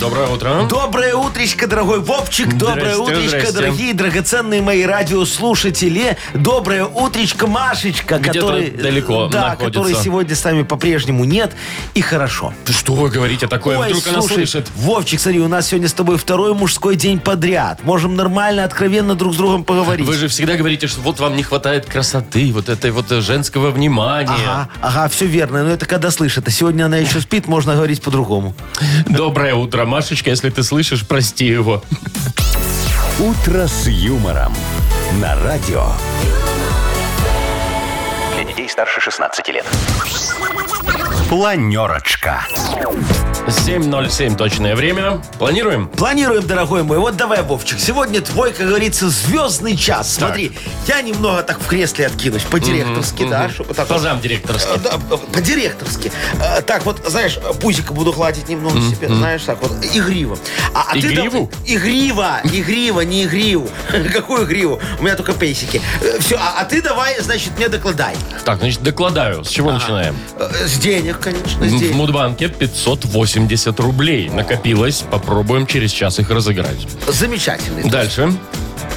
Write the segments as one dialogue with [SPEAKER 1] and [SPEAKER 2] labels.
[SPEAKER 1] Доброе утро.
[SPEAKER 2] Доброе утречко, дорогой Вовчик. Доброе
[SPEAKER 1] Здрасте,
[SPEAKER 2] утречко,
[SPEAKER 1] здрасте.
[SPEAKER 2] дорогие драгоценные мои радиослушатели. Доброе утречко, Машечка,
[SPEAKER 1] Где-то
[SPEAKER 2] который э,
[SPEAKER 1] далеко
[SPEAKER 2] да,
[SPEAKER 1] находится.
[SPEAKER 2] который сегодня с нами по-прежнему нет. И хорошо.
[SPEAKER 1] Да Что вы говорите А такое?
[SPEAKER 2] Ой,
[SPEAKER 1] Вдруг она
[SPEAKER 2] слушай,
[SPEAKER 1] слышит.
[SPEAKER 2] Вовчик, смотри, у нас сегодня с тобой второй мужской день подряд. Можем нормально, откровенно друг с другом поговорить.
[SPEAKER 1] Вы же всегда говорите, что вот вам не хватает красоты, вот этой вот э, женского внимания.
[SPEAKER 2] Ага, ага, все верно. Но это когда слышит. А сегодня она еще спит, можно говорить по-другому.
[SPEAKER 1] Доброе утро, Машечка, если ты слышишь, прости его.
[SPEAKER 3] «Утро с юмором» на радио. Для детей старше 16 лет. Планерочка.
[SPEAKER 1] 7.07 точное время. Планируем?
[SPEAKER 2] Планируем, дорогой мой. Вот давай, Вовчик. Сегодня твой, как говорится, звездный час. Смотри, я немного так в кресле откинусь. По-директорски, да? чтобы так вот- э,
[SPEAKER 1] Позам директорский.
[SPEAKER 2] Да, по-директорски. Э, Так вот, знаешь, пузико буду гладить немного себе, знаешь, так вот, игриво. А, а ты
[SPEAKER 1] Игриву?
[SPEAKER 2] дав- игриво, игриво, не игриву. Какую игриву? У меня только пейсики. Все, а, а ты давай, значит, мне докладай.
[SPEAKER 1] Так, значит, докладаю. С чего начинаем?
[SPEAKER 2] Э, С денег, конечно, с
[SPEAKER 1] В
[SPEAKER 2] денег.
[SPEAKER 1] Мудбанке 580 рублей накопилось. Попробуем через час их разыграть.
[SPEAKER 2] Замечательный.
[SPEAKER 1] Дальше.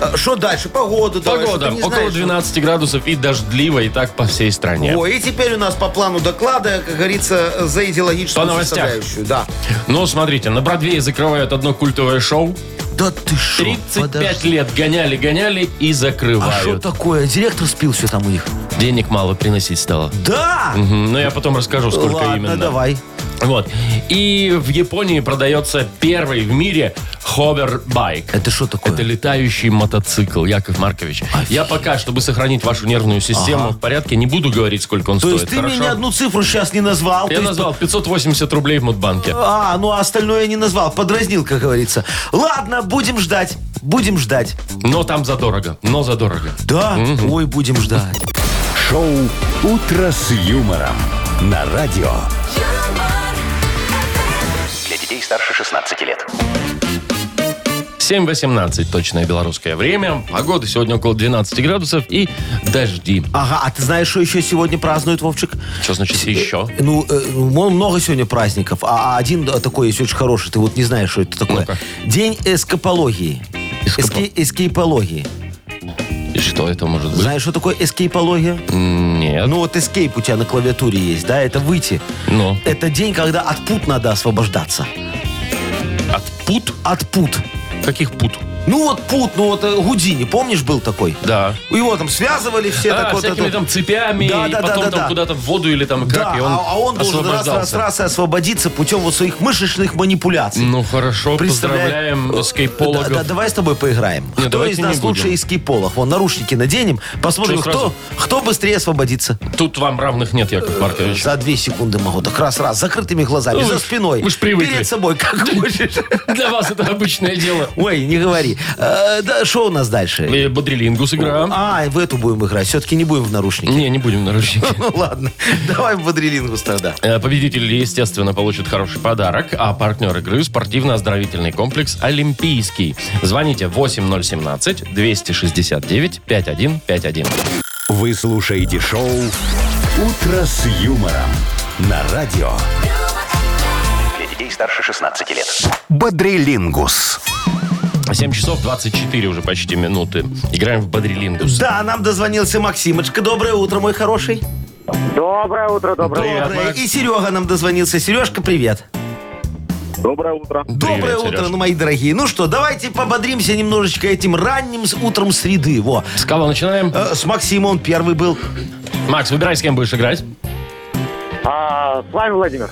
[SPEAKER 2] Э, Что дальше? Погоду давай, что
[SPEAKER 1] Погода.
[SPEAKER 2] ты не
[SPEAKER 1] Около
[SPEAKER 2] знаешь. ну.
[SPEAKER 1] 12 градусов и дождливо, и так по всей стране.
[SPEAKER 2] О, и теперь у нас по плану доклада, как говорится, за идеологическую
[SPEAKER 1] По новостям.
[SPEAKER 2] составляющую. Да.
[SPEAKER 1] Ну, смотрите, на Бродвее закрывают одно культовое шоу.
[SPEAKER 2] Да ты шо?
[SPEAKER 1] 35
[SPEAKER 2] подожди.
[SPEAKER 1] лет гоняли-гоняли и
[SPEAKER 2] А что
[SPEAKER 1] закрывают.
[SPEAKER 2] такое? Директор спил все там у них.
[SPEAKER 1] Денег мало приносить стало.
[SPEAKER 2] Да!
[SPEAKER 1] Мгм, Но я потом расскажу, сколько
[SPEAKER 2] Ладно,
[SPEAKER 1] именно.
[SPEAKER 2] давай.
[SPEAKER 1] Вот. И в Японии продается первый в мире хобер-байк.
[SPEAKER 2] Это что такое?
[SPEAKER 1] Это летающий мотоцикл, Яков Маркович. Я пока, чтобы сохранить вашу нервную систему в порядке, не буду говорить, сколько он
[SPEAKER 2] То
[SPEAKER 1] стоит.
[SPEAKER 2] есть ты
[SPEAKER 1] хорошо?
[SPEAKER 2] мне ни одну цифру сейчас не назвал?
[SPEAKER 1] Я
[SPEAKER 2] то есть-
[SPEAKER 1] назвал 580 рублей в Мудбанке.
[SPEAKER 2] А, ну а остальное не назвал. Подразнил, как говорится. Ладно, будем ждать. Будем ждать.
[SPEAKER 1] Но там задорого. Но задорого.
[SPEAKER 2] Да? Ой, будем ждать.
[SPEAKER 3] Шоу «Утро с юмором» на радио.
[SPEAKER 4] юмор,
[SPEAKER 5] Для детей старше 16 лет.
[SPEAKER 1] 7.18 точное белорусское время. Погода сегодня около 12 градусов и дожди.
[SPEAKER 2] Ага, а ты знаешь, что еще сегодня празднуют, Вовчик?
[SPEAKER 1] Что значит еще?
[SPEAKER 2] Ну, э, ну, много сегодня праздников, а а один э, такой есть очень хороший, ты вот не знаешь, что это такое.
[SPEAKER 1] Ну-ка.
[SPEAKER 2] День эскапологии.
[SPEAKER 1] Эскапо-
[SPEAKER 2] Эски- эскейпологии.
[SPEAKER 1] И что это может быть?
[SPEAKER 2] Знаешь, что такое эскейпология?
[SPEAKER 1] Нет.
[SPEAKER 2] Ну вот эскейп у тебя на клавиатуре есть, да, это выйти.
[SPEAKER 1] Ну.
[SPEAKER 2] Это день, когда от пут надо освобождаться.
[SPEAKER 1] От пут?
[SPEAKER 2] От пут.
[SPEAKER 1] Каких пут?
[SPEAKER 2] Ну вот пут, ну вот э, Гудини, помнишь, был такой?
[SPEAKER 1] Да.
[SPEAKER 2] Его там связывали все,
[SPEAKER 1] а,
[SPEAKER 2] так вот
[SPEAKER 1] всякими
[SPEAKER 2] это-
[SPEAKER 1] там цепями,
[SPEAKER 2] Да,
[SPEAKER 1] и
[SPEAKER 2] да, да,
[SPEAKER 1] потом
[SPEAKER 2] да,
[SPEAKER 1] там
[SPEAKER 2] да.
[SPEAKER 1] куда-то в воду или там как,
[SPEAKER 2] Да,
[SPEAKER 1] и он
[SPEAKER 2] а, а он должен раз, раз,
[SPEAKER 1] освобождался.
[SPEAKER 2] раз и освободиться путем вот своих мышечных манипуляций.
[SPEAKER 1] Ну хорошо,
[SPEAKER 2] Представляю.
[SPEAKER 1] поздравляем скейпологов.
[SPEAKER 2] Да, да, давай с тобой поиграем. Кто
[SPEAKER 1] давайте
[SPEAKER 2] из
[SPEAKER 1] не
[SPEAKER 2] нас
[SPEAKER 1] будем.
[SPEAKER 2] лучше из скейполог? Вон, наручники наденем, посмотрим,
[SPEAKER 1] Чё сразу?
[SPEAKER 2] кто, кто быстрее освободится.
[SPEAKER 1] Тут вам равных нет, Яков Маркович.
[SPEAKER 2] Э, За две секунды могу. Так раз-раз, закрытыми глазами,
[SPEAKER 1] Ну, вы
[SPEAKER 2] за
[SPEAKER 1] ж-
[SPEAKER 2] спиной.
[SPEAKER 1] вы ж привыкли.
[SPEAKER 2] Перед собой, как хочешь.
[SPEAKER 1] Для вас это обычное дело.
[SPEAKER 2] Ой, не говори. Э, Да, что у нас дальше?
[SPEAKER 1] Э, Бодрилингу сыграем.
[SPEAKER 2] А, в эту будем играть. Все-таки не будем в наручники.
[SPEAKER 1] Не, не будем наручники.
[SPEAKER 2] Ну ладно, давай в бодрелингус тогда.
[SPEAKER 1] Э, Победитель, естественно, получит хороший подарок, а партнер игры – спортивно-оздоровительный комплекс «Олимпийский». Звоните 8017-269-5151.
[SPEAKER 3] Вы слушаете шоу «Утро с юмором» на радио.
[SPEAKER 5] Для детей старше 16 лет.
[SPEAKER 3] Бодрилингус.
[SPEAKER 1] 7 часов 24 уже почти минуты. Играем в «Бодрилингус».
[SPEAKER 2] Да, нам дозвонился Максимочка. Доброе утро, мой хороший.
[SPEAKER 6] Доброе утро, доброе.
[SPEAKER 1] Привет,
[SPEAKER 2] Доброе.
[SPEAKER 1] Макс.
[SPEAKER 2] И Серега нам дозвонился. Сережка, привет.
[SPEAKER 6] Доброе утро.
[SPEAKER 2] Доброе
[SPEAKER 1] Привет,
[SPEAKER 2] утро,
[SPEAKER 1] Сереж.
[SPEAKER 2] ну, мои дорогие. Ну что, давайте пободримся немножечко этим ранним с утром среды. Во.
[SPEAKER 1] С кого начинаем?
[SPEAKER 2] Э, С Максимом он первый был.
[SPEAKER 1] Макс, выбирай, с кем будешь играть.
[SPEAKER 6] А, с вами Владимир.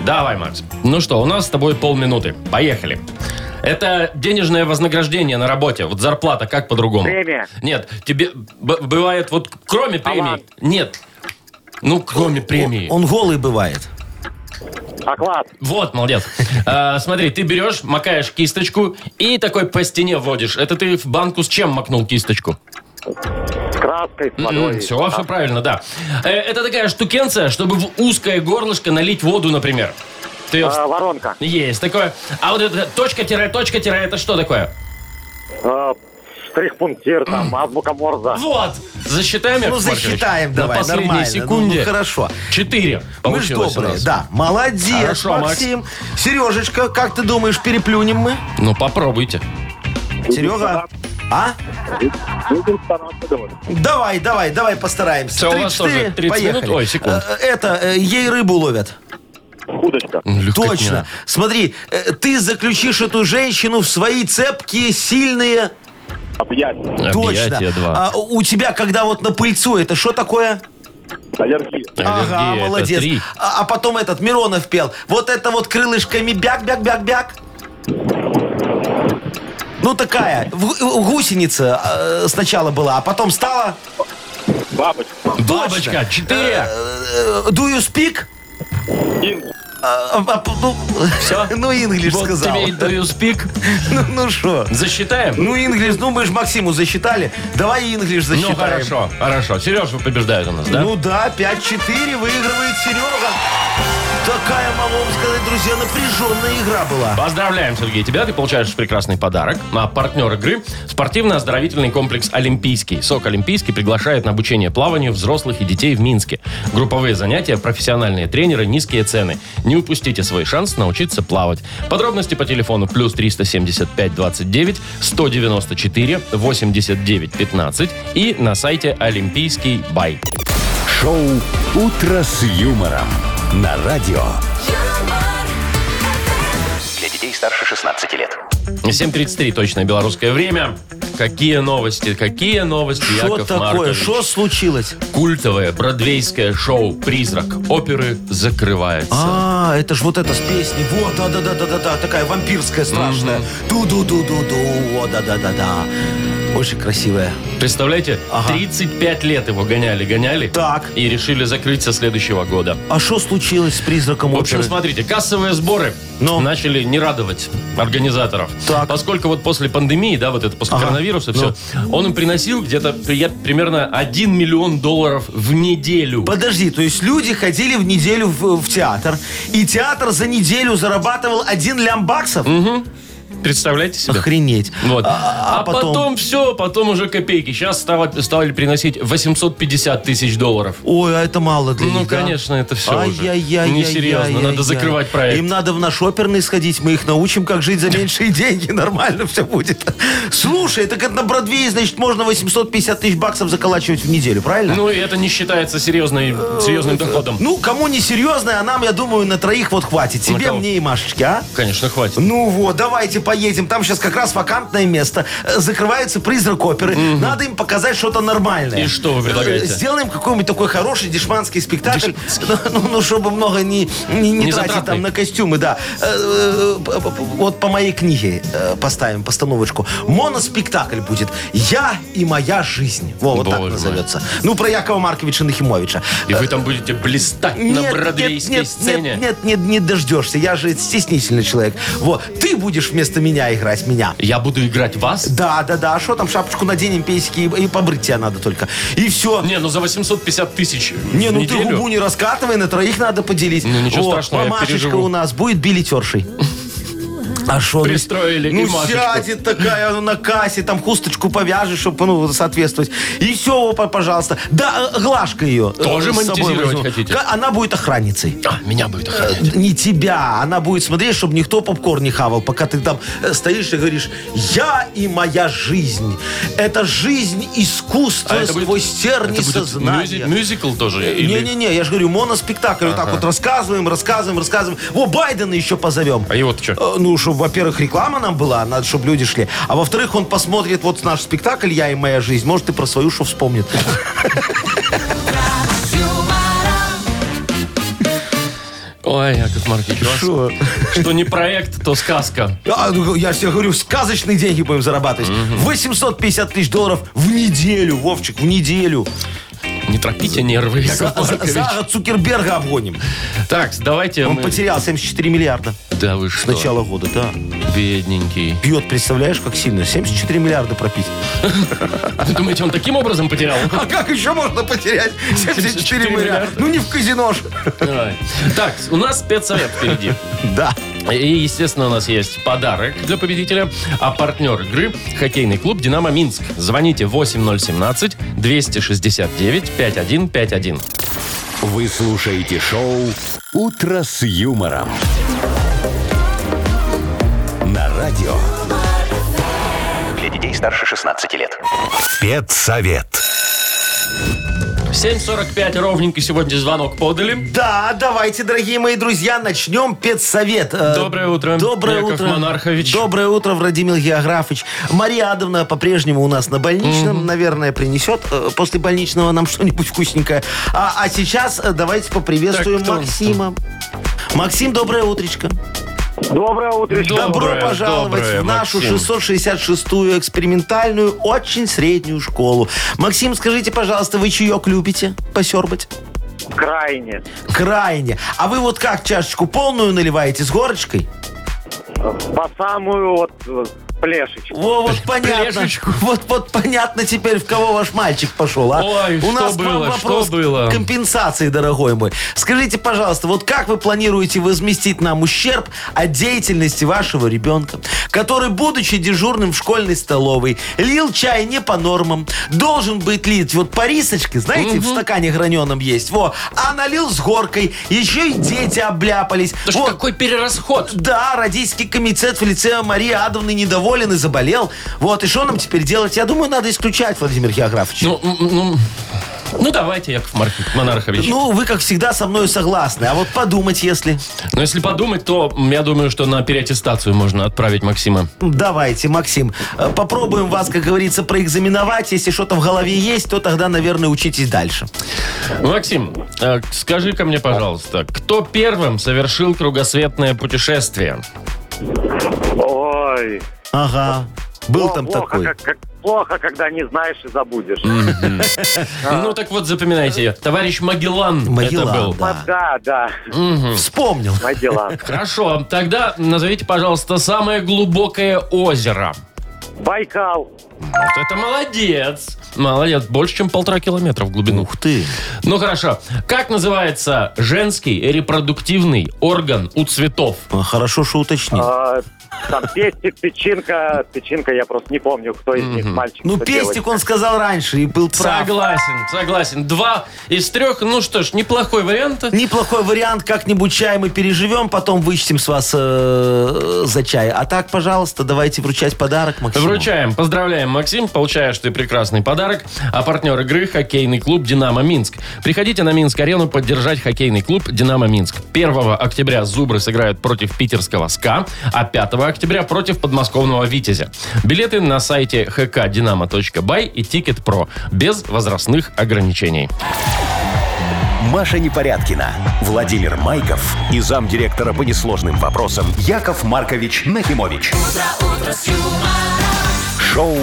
[SPEAKER 1] Давай, Макс. Ну что, у нас с тобой полминуты. Поехали. Это денежное вознаграждение на работе. Вот зарплата, как по-другому?
[SPEAKER 6] Премия.
[SPEAKER 1] Нет, тебе б- бывает вот кроме премии.
[SPEAKER 6] Талант.
[SPEAKER 1] Нет. Ну, кроме премии.
[SPEAKER 2] Он голый бывает.
[SPEAKER 6] Оклад.
[SPEAKER 1] Вот, молодец. А, смотри, ты берешь, макаешь кисточку и такой по стене вводишь. Это ты в банку с чем макнул кисточку?
[SPEAKER 6] С краской, с водой.
[SPEAKER 1] все, все правильно, да. Э, Это такая штукенция, чтобы в узкое горлышко налить воду, например. Ты её вст-
[SPEAKER 6] А, воронка.
[SPEAKER 1] Есть такое. А вот это точка-точка-тире, это что такое?
[SPEAKER 6] А, штрих-пунктир, там, азбука Морза.
[SPEAKER 1] Вот. Засчитаем,
[SPEAKER 2] Ну,
[SPEAKER 1] Яков Маркович?
[SPEAKER 2] засчитаем
[SPEAKER 1] На
[SPEAKER 2] давай,
[SPEAKER 1] последней
[SPEAKER 2] нормально. Ну,
[SPEAKER 1] секунде.
[SPEAKER 2] ну, хорошо.
[SPEAKER 1] Четыре.
[SPEAKER 2] Мы ж
[SPEAKER 1] Получилось у
[SPEAKER 2] добрые,
[SPEAKER 1] нас.
[SPEAKER 2] да. Молодец,
[SPEAKER 1] Хорошо, Макс.
[SPEAKER 2] Максим. Сережечка, как ты думаешь, переплюнем мы?
[SPEAKER 1] Ну, попробуйте.
[SPEAKER 2] Серега? А?
[SPEAKER 6] Будем стараться, думаю.
[SPEAKER 2] Давай, давай, давай постараемся.
[SPEAKER 1] Всё, у вас
[SPEAKER 2] Три-четыре,
[SPEAKER 1] тоже 30 минут.
[SPEAKER 2] поехали.
[SPEAKER 1] Ой, секунд.
[SPEAKER 2] Э, Это, э, ей рыбу ловят.
[SPEAKER 6] Удочка.
[SPEAKER 1] Легкотня.
[SPEAKER 2] Точно. Смотри, э, ты заключишь эту женщину в свои цепкие, сильные...
[SPEAKER 6] Объять.
[SPEAKER 2] Точно.
[SPEAKER 1] Объятия два.
[SPEAKER 2] А у тебя, когда вот на пыльцу, это что такое?
[SPEAKER 6] Аллергия.
[SPEAKER 1] Аллергия,
[SPEAKER 2] ага,
[SPEAKER 1] это
[SPEAKER 2] молодец.
[SPEAKER 1] три.
[SPEAKER 2] А, а потом этот Миронов пел. Вот это вот крылышками бяк-бяк-бяк-бяк. Ну такая, в- в- гусеница э, сначала была, а потом стала...
[SPEAKER 6] Бабочка.
[SPEAKER 1] Бабочка, четыре.
[SPEAKER 2] э, Do you speak?
[SPEAKER 6] Инг.
[SPEAKER 2] А, а, ну,
[SPEAKER 1] Всё?
[SPEAKER 2] Ну, English
[SPEAKER 1] Вот
[SPEAKER 2] сказал.
[SPEAKER 1] тебе и do you speak.
[SPEAKER 2] Ну, Ну что?
[SPEAKER 1] Засчитаем?
[SPEAKER 2] Ну, English, ну мы же Максиму засчитали. Давай и English засчитаем.
[SPEAKER 1] Ну, хорошо, хорошо. Сережа побеждает у нас, да?
[SPEAKER 2] Ну да, 5-4 выигрывает Серега. Такая, могу вам сказать, друзья, напряженная игра была.
[SPEAKER 1] Поздравляем, Сергей, тебя. Ты получаешь прекрасный подарок. А партнер игры – спортивно-оздоровительный комплекс «Олимпийский». СОК «Олимпийский» приглашает на обучение плаванию взрослых и детей в Минске. Групповые занятия, профессиональные тренеры, низкие цены. Не упустите свой шанс научиться плавать. Подробности по телефону плюс 375-29-194-89-15 и на сайте «Олимпийский бай».
[SPEAKER 3] Шоу «Утро с юмором» на радио.
[SPEAKER 4] юмор,
[SPEAKER 5] Для детей старше 16 лет.
[SPEAKER 1] 7.33 точное белорусское время. Какие новости, какие новости,
[SPEAKER 2] Что
[SPEAKER 1] Яков
[SPEAKER 2] такое?
[SPEAKER 1] Маркович?
[SPEAKER 2] Что случилось?
[SPEAKER 1] Культовое бродвейское шоу «Призрак оперы» закрывается.
[SPEAKER 2] А, это ж вот это с песни. Вот, да-да-да-да-да, такая вампирская страшная. Ту-ду-ду-ду-ду, о, да-да-да-да. Очень красивая.
[SPEAKER 1] Представляете,
[SPEAKER 2] Ага.
[SPEAKER 1] 35 лет его гоняли, гоняли.
[SPEAKER 2] Так.
[SPEAKER 1] И решили закрыть со следующего года.
[SPEAKER 2] А что случилось с призраком
[SPEAKER 1] В общем,
[SPEAKER 2] оперы?
[SPEAKER 1] смотрите, кассовые сборы
[SPEAKER 2] Ну?
[SPEAKER 1] начали не радовать организаторов.
[SPEAKER 2] Так.
[SPEAKER 1] Поскольку вот после пандемии, да, вот это после
[SPEAKER 2] Ага. Ну.
[SPEAKER 1] коронавируса, все, он им приносил где-то при- примерно 1 миллион долларов в неделю.
[SPEAKER 2] Подожди, то есть люди ходили в неделю в, в театр, и театр за неделю зарабатывал один лям баксов?
[SPEAKER 1] Представляете себе?
[SPEAKER 2] Охренеть.
[SPEAKER 1] Вот.
[SPEAKER 2] А, а потом...
[SPEAKER 1] все, потом уже копейки. Сейчас стало, стали приносить 850 тысяч долларов.
[SPEAKER 2] Ой, а это мало для
[SPEAKER 1] Ну,
[SPEAKER 2] них, да?
[SPEAKER 1] конечно, это всё уже
[SPEAKER 2] Ай-яй-яй-яй-яй-яй-яй.
[SPEAKER 1] несерьезно, надо закрывать проект.
[SPEAKER 2] Им надо в наш оперный сходить, мы их научим, как жить за меньшие деньги, нормально все будет. Слушай, так это на Бродвее, значит, можно 850 тысяч баксов заколачивать в неделю, правильно?
[SPEAKER 1] Ну, и это не считается серьезной, серьезным доходом.
[SPEAKER 2] Э, Ну, кому не серьезно, а нам, я думаю, на троих вот хватит.
[SPEAKER 1] На
[SPEAKER 2] Тебе,
[SPEAKER 1] кого?
[SPEAKER 2] мне и Машечке, а?
[SPEAKER 1] Конечно, хватит.
[SPEAKER 2] Ну вот, давайте поедем. Там сейчас как раз вакантное место. Э, Закрывается призрак оперы. Надо им показать что-то нормальное.
[SPEAKER 1] И что вы предлагаете?
[SPEAKER 2] Э, Сделаем какой-нибудь такой хороший дешманский спектакль. Ну, ну, чтобы много не, не, не
[SPEAKER 1] Не
[SPEAKER 2] тратить
[SPEAKER 1] затратный.
[SPEAKER 2] там на костюмы, да. Э, э, п- п- Вот по моей книге э, поставим постановочку. Моноспектакль будет «Я и моя жизнь». Во, вот
[SPEAKER 1] Боже
[SPEAKER 2] так
[SPEAKER 1] мой.
[SPEAKER 2] назовется. Ну, про Якова Марковича Нахимовича.
[SPEAKER 1] И вы там будете блистать на бродвейской
[SPEAKER 2] нет,
[SPEAKER 1] сцене.
[SPEAKER 2] Нет, нет, нет, не дождешься. Я же стеснительный человек. Вот, ты будешь вместо меня играть меня.
[SPEAKER 1] Я буду играть вас?
[SPEAKER 2] Да, да, да. А что там, шапочку наденем, песики и, и побрить тебя надо только. И все.
[SPEAKER 1] Не, ну за 850 тысяч
[SPEAKER 2] Не,
[SPEAKER 1] в
[SPEAKER 2] ну
[SPEAKER 1] неделю.
[SPEAKER 2] ты губу не раскатывай, на троих надо поделить.
[SPEAKER 1] Ну, ничего
[SPEAKER 2] О,
[SPEAKER 1] страшного, я
[SPEAKER 2] Мамашечка
[SPEAKER 1] переживу.
[SPEAKER 2] у нас будет билетершей. А что?
[SPEAKER 1] Пристроили и
[SPEAKER 2] ну,
[SPEAKER 1] Машечку.
[SPEAKER 2] сядет такая ну, на кассе, там хусточку повяжешь, чтобы ну, соответствовать. И все, пожалуйста. Да, э, Глашка ее. э,
[SPEAKER 1] Тоже
[SPEAKER 2] с собой
[SPEAKER 1] монетизировать
[SPEAKER 2] возьму.
[SPEAKER 1] хотите?
[SPEAKER 2] Ка- Она будет охранницей.
[SPEAKER 1] А, меня будет охранять.
[SPEAKER 2] Не тебя. Она будет смотреть, чтобы никто попкорн не хавал, пока ты там э, стоишь и говоришь, я и моя жизнь. Это жизнь искусства сквозь терни
[SPEAKER 1] это А будет
[SPEAKER 2] сознания.
[SPEAKER 1] мюзи- мюзикл тоже? или-
[SPEAKER 2] Не-не-не, я же говорю, моноспектакль. Вот так вот рассказываем, рассказываем, рассказываем. Во, Байдена еще позовем.
[SPEAKER 1] А его-то что?
[SPEAKER 2] Э, Ну, чтобы, во-первых, реклама нам была, надо, чтобы люди шли. А во-вторых, он посмотрит вот наш спектакль «Я и моя жизнь». Может, и про свою что вспомнит.
[SPEAKER 1] Ой, Яков Маркович, у вас
[SPEAKER 2] Шо?
[SPEAKER 1] что не проект, то сказка.
[SPEAKER 2] А, ну, Я же тебе говорю, сказочные деньги будем зарабатывать. 850 тысяч долларов в неделю, Вовчик, в неделю.
[SPEAKER 1] Не тропите нервы, Яков
[SPEAKER 2] За, за-
[SPEAKER 1] Маркович.
[SPEAKER 2] за год Цукерберга обгоним.
[SPEAKER 1] Так, давайте
[SPEAKER 2] Он
[SPEAKER 1] мы-
[SPEAKER 2] потерял 74 миллиарда.
[SPEAKER 1] Да вы
[SPEAKER 2] С
[SPEAKER 1] что?
[SPEAKER 2] начала года, да.
[SPEAKER 1] Бедненький.
[SPEAKER 2] Пьет, представляешь, как сильно. 74 миллиарда пропить.
[SPEAKER 1] Вы думаете, он таким образом потерял?
[SPEAKER 2] А как еще можно потерять
[SPEAKER 1] 74 миллиарда?
[SPEAKER 2] Ну не в казино же.
[SPEAKER 1] Ай. Так, у нас спецсовет впереди.
[SPEAKER 2] Да.
[SPEAKER 1] И, естественно, у нас есть подарок для победителя. А партнер игры – хоккейный клуб «Динамо Минск». Звоните 8017-269-5151.
[SPEAKER 3] Вы слушаете шоу «Утро с юмором». На радио
[SPEAKER 5] Для детей старше 16 лет.
[SPEAKER 3] «Спецсовет».
[SPEAKER 1] 7.45 ровненько сегодня звонок подали.
[SPEAKER 2] Да, давайте, дорогие мои друзья, начнем педсовет. Э,
[SPEAKER 1] Доброе утро,
[SPEAKER 2] Доброе
[SPEAKER 1] Яков
[SPEAKER 2] утро.
[SPEAKER 1] Монархович.
[SPEAKER 2] Доброе утро, Владимир Географович. Мария Адовна по-прежнему у нас на больничном, наверное, принесет э, после больничного нам что-нибудь вкусненькое. А, а сейчас э, давайте поприветствуем
[SPEAKER 1] Так, кто?
[SPEAKER 2] Максима. Максим, доброе утречко.
[SPEAKER 6] Доброе утро.
[SPEAKER 1] Доброе,
[SPEAKER 2] Добро пожаловать
[SPEAKER 1] доброе,
[SPEAKER 2] в нашу
[SPEAKER 1] Максим.
[SPEAKER 2] 666-ю экспериментальную, очень среднюю школу. Максим, скажите, пожалуйста, вы чаек любите посербать?
[SPEAKER 6] Крайне.
[SPEAKER 2] Крайне. А вы вот как чашечку полную наливаете с горочкой?
[SPEAKER 6] По самую вот э, плешечку.
[SPEAKER 2] Во, вот понятно.
[SPEAKER 1] Плешечку.
[SPEAKER 2] Вот, вот понятно теперь, в кого ваш мальчик пошел, а?
[SPEAKER 1] Ой,
[SPEAKER 2] У
[SPEAKER 1] что
[SPEAKER 2] нас к вам
[SPEAKER 1] было, что
[SPEAKER 2] вопрос
[SPEAKER 1] было?
[SPEAKER 2] компенсации, дорогой мой. Скажите, пожалуйста, вот как вы планируете возместить нам ущерб от деятельности вашего ребенка, который, будучи дежурным в школьной столовой, лил чай не по нормам, должен быть лить вот по рисочке, знаете, в стакане граненом есть, во, а налил с горкой, еще и дети обляпались.
[SPEAKER 1] Да что
[SPEAKER 2] Вот.
[SPEAKER 1] какой перерасход?
[SPEAKER 2] Да, родительский комитет в лице Марии Адовны недоволен и заболел. Вот, и что нам теперь делать? Я думаю, надо исключать, Владимир Географович.
[SPEAKER 1] Ну, м, ну, ну, давайте, Яков Марк- Монархович. Ну,
[SPEAKER 2] Ну, вы, как всегда, со мной согласны. А вот подумать, если...
[SPEAKER 1] если подумать, то м, я думаю, что на переаттестацию можно отправить Максима.
[SPEAKER 2] Давайте, Максим, э, попробуем вас, как говорится, проэкзаменовать. Если что-то в голове есть, то тогда, наверное, учитесь дальше.
[SPEAKER 1] Максим, э, скажи-ка мне, пожалуйста, кто первым совершил кругосветное путешествие?
[SPEAKER 6] Ой.
[SPEAKER 2] Ага. Был
[SPEAKER 6] О,
[SPEAKER 2] там
[SPEAKER 6] плохо,
[SPEAKER 2] такой.
[SPEAKER 6] как- как плохо, когда не знаешь и забудешь.
[SPEAKER 1] Ну так вот, запоминайте. Товарищ Магеллан,
[SPEAKER 2] А. Магеллан,
[SPEAKER 1] это был.
[SPEAKER 2] да.
[SPEAKER 6] Да, да,
[SPEAKER 2] Вспомнил.
[SPEAKER 6] мои дела.
[SPEAKER 1] Хорошо, а тогда назовите, пожалуйста, самое глубокое озеро.
[SPEAKER 6] Байкал.
[SPEAKER 1] Вот это молодец. Молодец, больше, чем полтора километра в глубину.
[SPEAKER 2] Ух ты.
[SPEAKER 1] Ну хорошо. Как называется женский репродуктивный орган у цветов?
[SPEAKER 2] А, Хорошо, что уточнил.
[SPEAKER 6] А, Там пестик, печенка. Печенка, я просто не помню, кто из них мальчик.
[SPEAKER 2] Ну,
[SPEAKER 6] кто девочка.
[SPEAKER 2] пестик он сказал раньше и был прав.
[SPEAKER 1] Согласен, согласен. Два из трех. Ну что ж, неплохой вариант.
[SPEAKER 2] Неплохой вариант, как-нибудь чай мы переживем, потом вычтем с вас э, за чай. А так, пожалуйста, давайте вручать подарок Максиму.
[SPEAKER 1] Вручаем. Поздравляем, Максим. Получаешь ты прекрасный подарок. А партнер игры – хоккейный клуб «Динамо Минск». Приходите на Минск-арену поддержать хоккейный клуб «Динамо Минск». 1 октября «Зубры» сыграют против питерского «СКА», а 5 октября против подмосковного «Витязя». Билеты на сайте hkdinamo.by и «Тикет.Про» без возрастных ограничений.
[SPEAKER 3] Маша Непорядкина, Владимир Майков и замдиректора по несложным вопросам Яков Маркович Нахимович. Шоу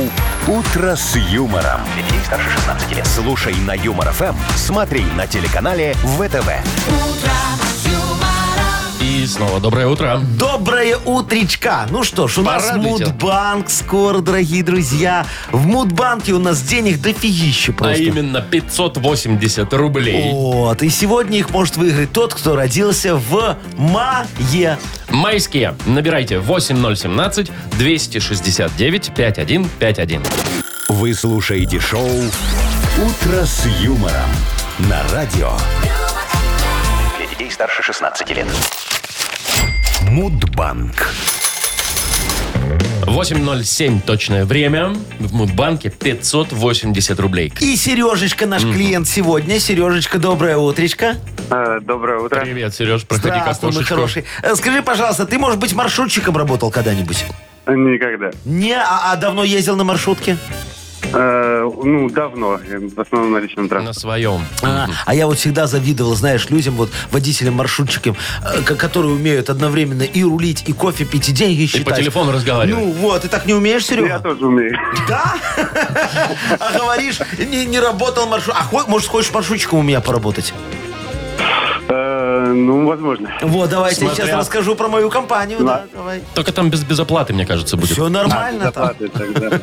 [SPEAKER 3] «Утро с юмором».
[SPEAKER 5] Для детей старше 16 лет.
[SPEAKER 3] Слушай на Юмор ФМ, смотри на телеканале ВТВ.
[SPEAKER 1] И снова доброе утро.
[SPEAKER 2] Доброе утречка! Ну что ж, у
[SPEAKER 1] Порадуйте.
[SPEAKER 2] нас Мудбанк скоро, дорогие друзья. В Мудбанке у нас денег дофигища
[SPEAKER 1] А
[SPEAKER 2] просто.
[SPEAKER 1] именно 580 рублей.
[SPEAKER 2] Вот, и сегодня их может выиграть тот, кто родился в мае.
[SPEAKER 1] Майские. Набирайте 8017-269-5151.
[SPEAKER 3] Вы слушаете шоу «Утро с юмором» на радио
[SPEAKER 5] Для детей старше 16 лет.
[SPEAKER 3] Мудбанк.
[SPEAKER 1] 8.07 точное время. В Мудбанке 580 рублей.
[SPEAKER 2] И Сережечка, наш клиент сегодня. Сережечка, доброе утречко.
[SPEAKER 6] Э, Доброе утро.
[SPEAKER 1] Привет, Сереж, проходи к
[SPEAKER 2] Здравствуй, мой
[SPEAKER 1] окошечку.
[SPEAKER 2] хороший. Э, Скажи, пожалуйста, ты, может быть, маршрутчиком работал когда-нибудь?
[SPEAKER 6] Э, Никогда.
[SPEAKER 2] Не, а, а давно ездил на маршрутке?
[SPEAKER 6] Э, Ну, давно. э, В основном на личном
[SPEAKER 1] На
[SPEAKER 6] транспорте.
[SPEAKER 1] своем.
[SPEAKER 2] А, а я вот всегда завидовал, знаешь, людям, вот водителям, маршрутчикам, э, ко- которые умеют одновременно и рулить, и кофе пить, и деньги считать.
[SPEAKER 1] по телефону разговаривать.
[SPEAKER 2] Ну вот, ты так не умеешь,
[SPEAKER 6] Я
[SPEAKER 2] Серега?
[SPEAKER 6] тоже умею.
[SPEAKER 2] Да? А говоришь, не, не работал маршрут. А хо- может, хочешь маршрутчиком у меня поработать?
[SPEAKER 6] Э,
[SPEAKER 4] Э, ну, возможно.
[SPEAKER 2] Вот, давайте я
[SPEAKER 1] Смотря-
[SPEAKER 2] сейчас расскажу про мою компанию. Да, давай.
[SPEAKER 1] Только там без, без оплаты, мне кажется, будет.
[SPEAKER 2] Все нормально там.
[SPEAKER 4] Зарплаты тогда.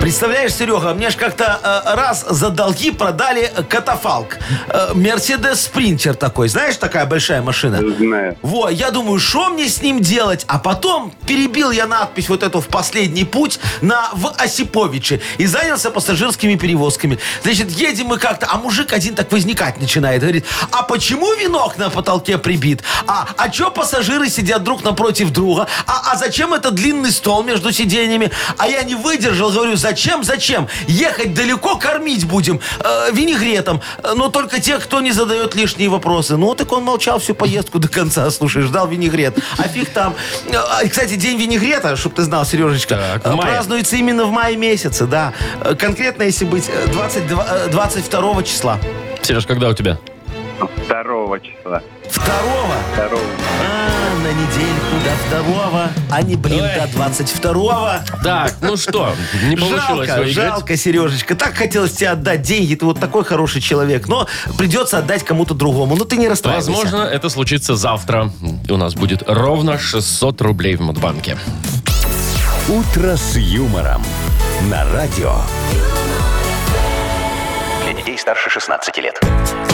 [SPEAKER 2] Представляешь, Серега, мне ж как-то э, раз за долги продали катафалк. Э, Мерседес Спринтер такой. Знаешь, такая большая машина?
[SPEAKER 4] Знаю.
[SPEAKER 2] Во, я думаю, что мне с ним делать? А потом перебил я надпись вот эту «В последний путь» на «В Осиповиче» и занялся пассажирскими перевозками. Значит, едем мы как-то, а мужик один так возникать начинает. Говорит, а почему венок на потолке прибит? А, а чё пассажиры сидят друг напротив друга? А, а зачем это длинный стол между сиденьями? А я не выдержал, говорю, зачем, зачем? Ехать далеко кормить будем э, винегретом, Э, но только тех, кто не задает лишние вопросы. Ну, так он молчал всю поездку до конца, слушай, ждал винегрет. А фиг там. Э, а, и, Кстати, день винегрета, чтобы ты знал, Сережечка,
[SPEAKER 1] Так, в
[SPEAKER 2] э,
[SPEAKER 1] мае.
[SPEAKER 2] празднуется именно в мае месяце, да. Э, Конкретно, если быть, э, 22, э, 22 числа.
[SPEAKER 1] Сереж, когда у тебя?
[SPEAKER 4] Второго числа.
[SPEAKER 2] Второго?
[SPEAKER 4] Второго.
[SPEAKER 2] А, на недельку до второго, а не, блин,
[SPEAKER 1] Ой.
[SPEAKER 2] до 22
[SPEAKER 1] Так, ну что, не получилось
[SPEAKER 2] жалко,
[SPEAKER 1] выиграть.
[SPEAKER 2] жалко, Сережечка. Так хотелось тебе отдать деньги, ты вот такой хороший человек, но придется отдать кому-то другому. Ну ты не расстраивайся.
[SPEAKER 1] Возможно, это случится завтра. И у нас будет ровно 600 рублей в Мудбанке.
[SPEAKER 3] «Утро с юмором» на радио.
[SPEAKER 5] Для детей старше 16 лет.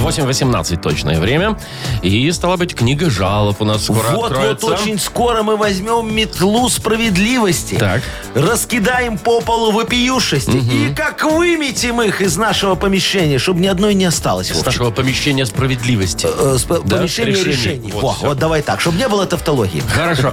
[SPEAKER 1] 8.18 точное время. И, стала быть, книга жалоб у нас скоро
[SPEAKER 2] Вот, вот
[SPEAKER 1] откроется.
[SPEAKER 2] очень скоро мы возьмем метлу справедливости.
[SPEAKER 1] Так.
[SPEAKER 2] Раскидаем по полу вопиюшести. И как выметим их из нашего помещения, чтобы ни одной не осталось.
[SPEAKER 1] С
[SPEAKER 2] Вовчик.
[SPEAKER 1] нашего помещения справедливости.
[SPEAKER 2] Э, с по-
[SPEAKER 1] Да,
[SPEAKER 2] помещения
[SPEAKER 1] решений.
[SPEAKER 2] решений.
[SPEAKER 1] Вот
[SPEAKER 2] Во,
[SPEAKER 1] всё.
[SPEAKER 2] вот давай так, чтобы не было тавтологии.
[SPEAKER 1] Хорошо.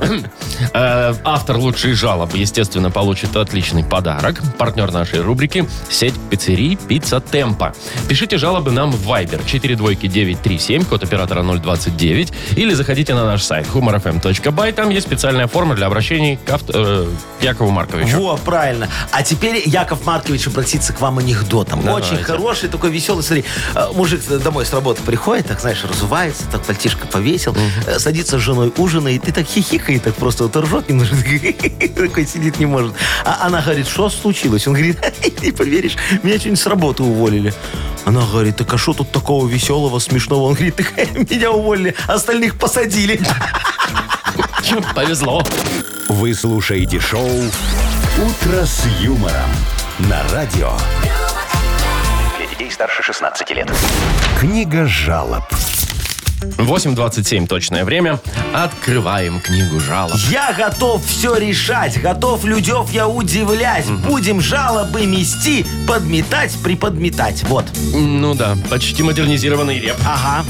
[SPEAKER 1] Э, Автор лучшей жалобы, естественно, получит отличный подарок. Партнер нашей рубрики – сеть пиццерий «Пицца Темпа». Пишите жалобы нам в Viber 42937, код оператора 029, или заходите на наш сайт humorfm.by. Там есть специальная форма для обращений к, авт- э, к Якову Марковичу.
[SPEAKER 2] Во, правильно. А теперь Яков Маркович обратится к вам анекдотом.
[SPEAKER 1] Давайте.
[SPEAKER 2] Очень хороший, такой веселый. Смотри, э, мужик домой с работы приходит, так, знаешь, разувается, так пальтишко повесил, э, садится с женой ужинает, и так хихикает, так просто вот ржет немножко, такой сидит не может. А она говорит, что случилось? Он говорит, не поверишь, меня что-нибудь с работы уволили. Она говорит, так а что тут такого веселого, смешного? Он говорит, так меня уволили, остальных посадили.
[SPEAKER 1] Повезло.
[SPEAKER 3] Вы слушаете шоу «Утро с юмором» на радио.
[SPEAKER 5] Для детей старше 16 лет.
[SPEAKER 3] Книга жалоб.
[SPEAKER 1] 8.27 точное время. Открываем книгу жалоб.
[SPEAKER 2] Я готов все решать, готов людев я удивлять. Будем жалобы мести, подметать, приподметать. Вот.
[SPEAKER 1] Ну да, почти модернизированный реп.
[SPEAKER 2] Ага.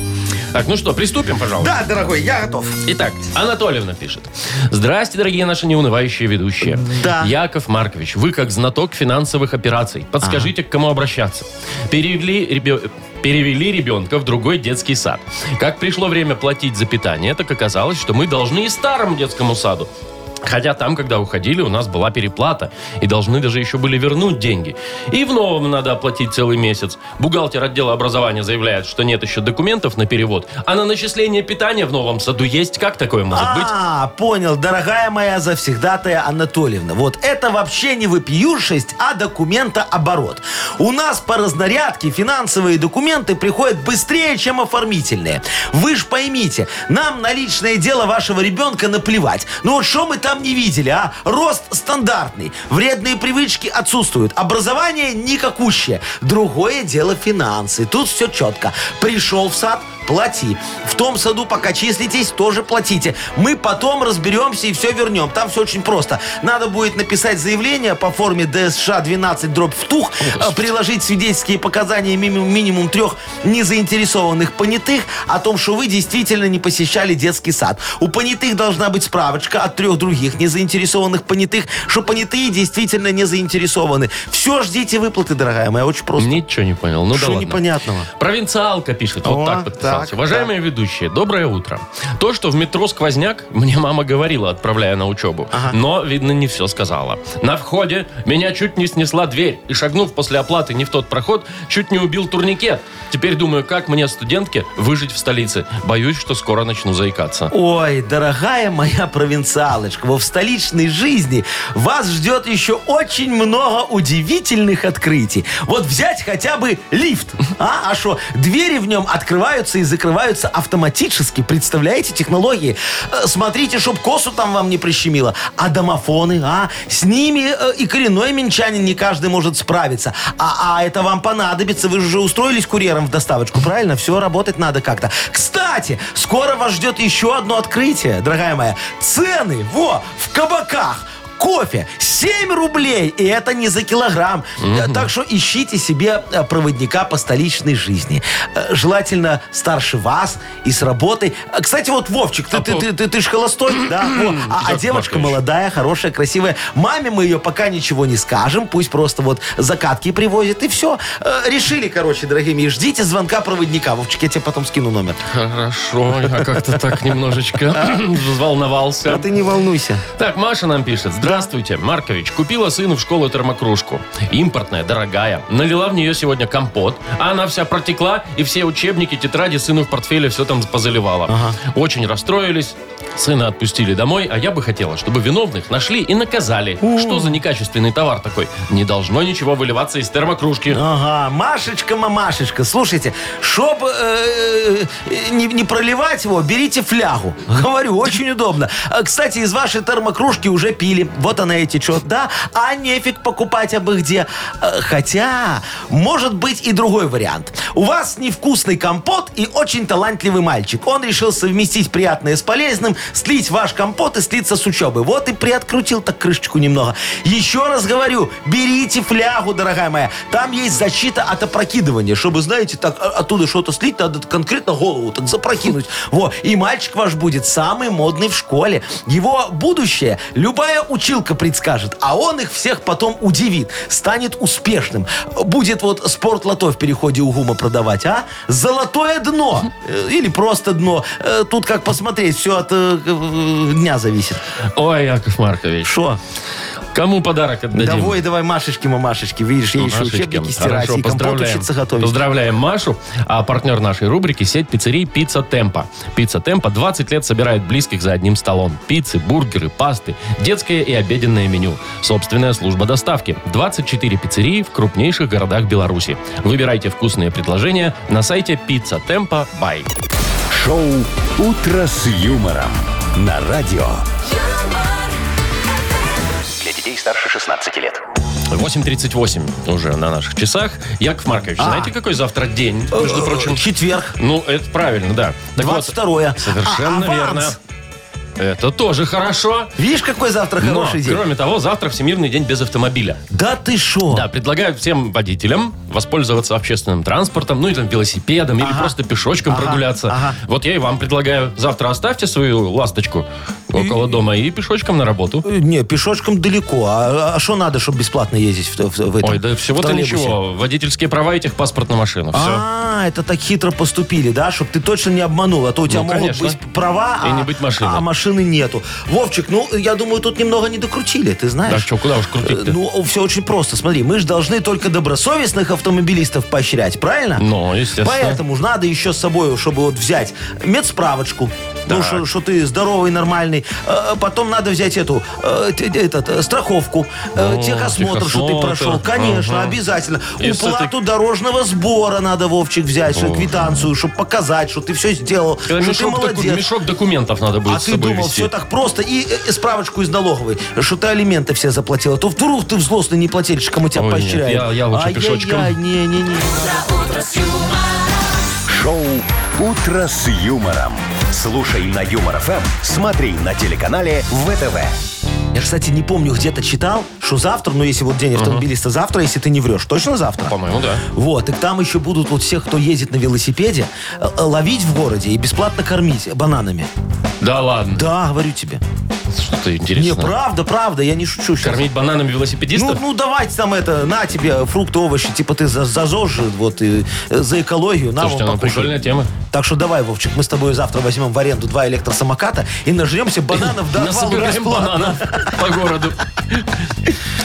[SPEAKER 1] Так, ну что, приступим, пожалуйста.
[SPEAKER 2] Да, дорогой, я готов.
[SPEAKER 1] Итак, Анатольевна пишет. Здрасте, дорогие наши неунывающие ведущие.
[SPEAKER 2] Да.
[SPEAKER 1] Яков Маркович, вы как знаток финансовых операций. Подскажите, к кому обращаться. Перевели ребё- Перевели ребенка в другой детский сад. Как пришло время платить за питание, так оказалось, что мы должны и старому детскому саду. Хотя там, когда уходили, у нас была переплата. И должны даже еще были вернуть деньги. И в новом надо оплатить целый месяц. Бухгалтер отдела образования заявляет, что нет еще документов на перевод. А на начисление питания в новом саду есть. Как такое может быть?
[SPEAKER 2] А, понял, дорогая моя завсегдатая Анатольевна. Вот это вообще не вопиюшесть, а документооборот. У нас по разнарядке финансовые документы приходят быстрее, чем оформительные. Вы ж поймите, нам на личное дело вашего ребенка наплевать. Ну вот что мы там не видели, а? Рост стандартный, вредные привычки отсутствуют, образование никакущее. Другое дело финансы. Тут все четко. Пришел в сад, плати. В том саду, пока числитесь, тоже платите. Мы потом разберемся и все вернем. Там все очень просто. Надо будет написать заявление по форме ДСШ 12 дробь втух, э, приложить свидетельские показания мими- минимум трех незаинтересованных понятых о том, что вы действительно не посещали детский сад. У понятых должна быть справочка от трех других незаинтересованных понятых, что понятые действительно не заинтересованы. Все, ждите выплаты, дорогая моя, очень просто.
[SPEAKER 1] Ничего не понял. Ну да
[SPEAKER 2] Что
[SPEAKER 1] ладно.
[SPEAKER 2] непонятного?
[SPEAKER 1] Провинциалка пишет. Вот
[SPEAKER 2] О,
[SPEAKER 1] так подписалась записался.
[SPEAKER 2] Так,
[SPEAKER 1] Уважаемые ведущие, доброе утро. То, что в метро сквозняк, мне мама говорила, отправляя на учебу. Но, видно, не все сказала. На входе меня чуть не снесла дверь. И шагнув после оплаты не в тот проход, чуть не убил турникет. Теперь думаю, как мне, студентке, выжить в столице. Боюсь, что скоро начну заикаться.
[SPEAKER 2] Ой, дорогая моя провинциалочка, во в столичной жизни вас ждет еще очень много удивительных открытий. Вот взять хотя бы лифт, а? А что, двери в нем открываются и закрываются автоматически, представляете, технологии? Э, Смотрите, чтоб косу там вам не прищемило. А домофоны, а? С ними э, и коренной минчанин не каждый может справиться. А, а это вам понадобится, вы же уже устроились курьером в доставочку, правильно? Все, работать надо как-то. Кстати, скоро вас ждет еще одно открытие, дорогая моя. Цены, во, в кабаках. Кофе 7 рублей, и это не за килограмм. Э, Так что ищите себе э, проводника по столичной жизни. Э, Желательно старше вас и с работой. Э, Кстати, вот Вовчик, ты, ты, ты, ты, ты ж холостой, да? Во, а- А,
[SPEAKER 1] Яков
[SPEAKER 2] девочка
[SPEAKER 1] Маркович.
[SPEAKER 2] молодая, хорошая, красивая. Маме мы ее пока ничего не скажем, пусть просто вот закатки привозит, и все. Решили, короче, дорогие мои, ждите звонка проводника. Вовчик, я тебе потом скину номер.
[SPEAKER 1] Хорошо, я как-то так немножечко
[SPEAKER 2] А
[SPEAKER 1] взволновался.
[SPEAKER 2] ты не волнуйся.
[SPEAKER 1] Так, Маша нам пишет. Здравствуйте, Маркович. Купила сыну в школу термокружку. Импортная, дорогая. Налила в нее сегодня компот, а она вся протекла, и все учебники, тетради сыну в портфеле все там позаливала. Очень расстроились. Сына отпустили домой, а я бы хотела, чтобы виновных нашли и наказали. Что за некачественный товар такой? Не должно ничего выливаться из термокружки.
[SPEAKER 2] Ага, Машечка, мамашечка, слушайте, чтобы не, не проливать его, берите флягу. Говорю, очень удобно. А, Кстати, из вашей термокружки уже пили. Вот она и течет, да? А нефиг покупать обы где. Э, Хотя, может быть и другой вариант. У вас невкусный компот и очень талантливый мальчик. Он решил совместить приятное с полезным, слить ваш компот и слиться с учебы. Вот и приоткрутил так крышечку немного. Еще раз говорю, берите флягу, дорогая моя. Там есть защита от опрокидывания. Чтобы, знаете, так а- оттуда что-то слить, надо конкретно голову так запрокинуть. Во. И мальчик ваш будет самый модный в школе. Его будущее любая училка предскажет, а он их всех потом удивит. Станет успешным. Будет вот спорт лото в переходе у ГУМа продавать, а? Золотое дно. Э, Или просто дно. Э, Тут как посмотреть, все от э, э, дня зависит.
[SPEAKER 1] Ой, Яков Маркович,
[SPEAKER 2] Шо?
[SPEAKER 1] кому подарок отдадим?
[SPEAKER 2] Давай, давай, Машечки, мамашечки. Видишь, ей еще
[SPEAKER 1] Машечка,
[SPEAKER 2] учебники стирать
[SPEAKER 1] хорошо,
[SPEAKER 2] и компот
[SPEAKER 1] поздравляем.
[SPEAKER 2] учиться готовить.
[SPEAKER 1] Поздравляем Машу. А партнер нашей рубрики – сеть пиццерий «Пицца Темпа». «Пицца Темпа» 20 лет собирает близких за одним столом. Пиццы, бургеры, пасты, детское и обеденное меню. Собственная служба доставки. 24 пиццерии в крупнейших городах Беларуси. Выбирайте вкусные предложения на сайте «Пицца Темпа Бай».
[SPEAKER 3] Шоу «Утро с юмором» на радио.
[SPEAKER 7] юмор,
[SPEAKER 5] Для детей старше 16 лет.
[SPEAKER 1] 8.38 уже на наших часах. Яков Маркович, знаете, какой завтра день, между
[SPEAKER 2] А. Э,
[SPEAKER 1] прочим?
[SPEAKER 2] Четверг,
[SPEAKER 1] Ну, это правильно, да. Так вот,
[SPEAKER 2] 22-е.
[SPEAKER 1] Совершенно
[SPEAKER 2] А, аванс.
[SPEAKER 1] верно. Это тоже хорошо.
[SPEAKER 2] Видишь, какой завтра
[SPEAKER 1] Но,
[SPEAKER 2] хороший день?
[SPEAKER 1] кроме того, завтра Всемирный день без автомобиля.
[SPEAKER 2] Да ты шо?
[SPEAKER 1] Да, предлагаю всем водителям воспользоваться общественным транспортом, ну или там велосипедом, или просто пешочком прогуляться.
[SPEAKER 2] ага.
[SPEAKER 1] Вот я и вам предлагаю. Завтра оставьте свою ласточку около дома и пешочком на работу.
[SPEAKER 2] Э, Не, пешочком далеко. А что надо, чтобы бесплатно ездить в, в- в этом?
[SPEAKER 1] Ой, да
[SPEAKER 2] в
[SPEAKER 1] всего-то
[SPEAKER 2] троллейбусе?
[SPEAKER 1] ничего. Водительские права и техпаспорт на машину. Все.
[SPEAKER 2] А, это так хитро поступили, да? Чтобы ты точно не обманул, а то у тебя могут
[SPEAKER 1] Ну, конечно.
[SPEAKER 2] быть права,
[SPEAKER 1] И
[SPEAKER 2] а,
[SPEAKER 1] не быть машины.
[SPEAKER 2] а машины нету. Вовчик, ну, я думаю, тут немного не докрутили, ты знаешь.
[SPEAKER 1] Да что, куда уж крутить-то?
[SPEAKER 2] Э, Ну, все очень просто. Смотри, мы же должны только добросовестных автомобилистов поощрять, правильно?
[SPEAKER 1] Ну, естественно.
[SPEAKER 2] Поэтому же надо еще с собой, чтобы вот взять медсправочку. Ну, что- что ты здоровый, нормальный. Э, Потом надо взять эту, э, т- этот, э, страховку, э,
[SPEAKER 1] Ну,
[SPEAKER 2] техосмотр, что ты
[SPEAKER 1] техосмотр.
[SPEAKER 2] прошел. Конечно,
[SPEAKER 1] Ага.
[SPEAKER 2] обязательно.
[SPEAKER 1] И с этой-
[SPEAKER 2] Уплату дорожного сбора надо, Вовчик, взять, всю квитанцию, чтобы показать, что ты все сделал,
[SPEAKER 1] Когда
[SPEAKER 2] что ты
[SPEAKER 1] мешок, доку-
[SPEAKER 2] молодец.
[SPEAKER 1] мешок документов надо будет
[SPEAKER 2] А
[SPEAKER 1] с
[SPEAKER 2] ты
[SPEAKER 1] собой
[SPEAKER 2] думал,
[SPEAKER 1] вести.
[SPEAKER 2] все так просто, и э, справочку из налоговой, что ты алименты все заплатила. То вдруг ты взлостный не плательщик, а мы тебя
[SPEAKER 1] Ой, нет,
[SPEAKER 2] поощряем.
[SPEAKER 1] я- я лучше пешочком.
[SPEAKER 2] Ай-яй-яй, Не-не-не.
[SPEAKER 3] Шоу «Утро с юмором». Слушай на Юмор ФМ, смотри на телеканале ВТВ.
[SPEAKER 2] Я, кстати, не помню, где-то читал, что завтра, ну, если вот день автомобилиста завтра, если ты не врешь, точно завтра?
[SPEAKER 1] По-моему, да.
[SPEAKER 2] Вот, и там еще будут вот всех, кто ездит на велосипеде, э, э, ловить в городе и бесплатно кормить бананами.
[SPEAKER 1] Да ладно.
[SPEAKER 2] Да, говорю тебе.
[SPEAKER 1] Что-то
[SPEAKER 2] Не,
[SPEAKER 1] интересно.
[SPEAKER 2] правда, правда, я не шучу сейчас.
[SPEAKER 1] Кормить бананами велосипедистов?
[SPEAKER 2] Ну, ну, давайте там это, на тебе фрукты, овощи, типа ты за, за ЗОЖ, вот, и э, за экологию, на,
[SPEAKER 1] Слушайте, ну,
[SPEAKER 2] вам покушай.
[SPEAKER 1] прикольная тема.
[SPEAKER 2] Так что давай, Вовчик, мы с тобой завтра возьмем в аренду два электросамоката и нажремся бананов до отвала
[SPEAKER 1] Насобираем
[SPEAKER 2] бесплатно.
[SPEAKER 1] бананов по городу.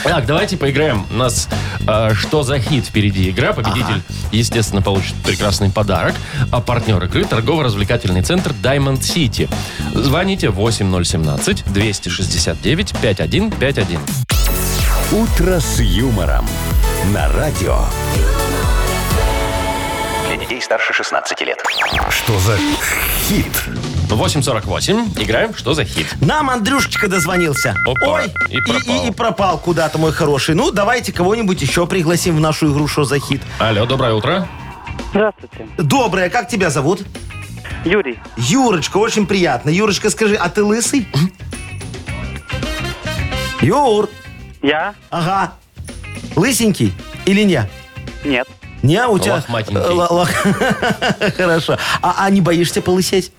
[SPEAKER 1] Так, давайте поиграем. У нас э, «Что за хит» впереди игра. Победитель, естественно, получит прекрасный подарок. А партнер игры – торгово-развлекательный центр Diamond City. Звоните 8017-269-5151.
[SPEAKER 3] «Утро с юмором» на радио.
[SPEAKER 5] Для детей старше 16 лет.
[SPEAKER 3] Что за хит?
[SPEAKER 1] 8.48. Играем «Что за хит».
[SPEAKER 2] Нам Андрюшечка дозвонился.
[SPEAKER 1] Опа,
[SPEAKER 2] Ой,
[SPEAKER 1] и пропал.
[SPEAKER 2] и- и пропал куда-то, мой хороший. Ну, давайте кого-нибудь еще пригласим в нашу игру «Что за хит».
[SPEAKER 1] Алло, доброе утро.
[SPEAKER 7] Здравствуйте.
[SPEAKER 2] Доброе, как тебя зовут?
[SPEAKER 7] Юрий,
[SPEAKER 2] Юрочка, очень приятно. Юрочка, скажи, а ты лысый? Юр,
[SPEAKER 6] Я?
[SPEAKER 2] ага. Лысенький или не?
[SPEAKER 6] Нет.
[SPEAKER 2] Не, у тебя...
[SPEAKER 1] Лохматенький.
[SPEAKER 2] Л- лох- Хорошо. А, а не боишься полысеть?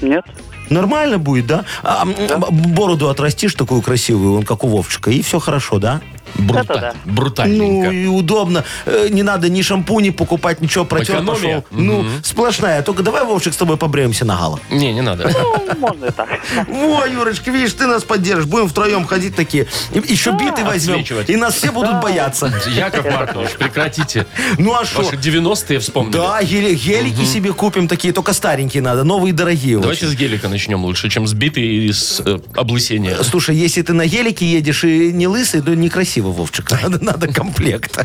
[SPEAKER 6] Нет.
[SPEAKER 2] Нормально будет, да? А, м, б- Бороду отрастишь такую красивую, он как у Вовчика, и все хорошо, да?
[SPEAKER 1] Брута-
[SPEAKER 6] Это да.
[SPEAKER 1] Брутальненько.
[SPEAKER 2] Ну и удобно. Э, Не надо ни шампуни покупать, ничего, протер
[SPEAKER 1] Экономия.
[SPEAKER 2] пошел. Ну, сплошная. Только давай, Вовчик, с тобой побреемся наголо.
[SPEAKER 1] Не, не надо.
[SPEAKER 6] Ну, можно и так.
[SPEAKER 2] Во, Юрочка, видишь, ты нас поддержишь. Будем втроем ходить такие. И- Еще биты возьмем.
[SPEAKER 1] Отсвечивать.
[SPEAKER 2] И нас все будут бояться.
[SPEAKER 1] Яков Маркович, прекратите.
[SPEAKER 2] Ну а что?
[SPEAKER 1] Ваши 90-е вспомнили.
[SPEAKER 2] Да, гели- гелики себе купим такие, только старенькие надо, новые дорогие. очень.
[SPEAKER 1] Давайте с гелика начнем лучше, чем с биты и с э, облысения.
[SPEAKER 2] Слушай, если ты на гелике едешь и не лысый, то некрасиво, Вовчик. Надо, надо комплект.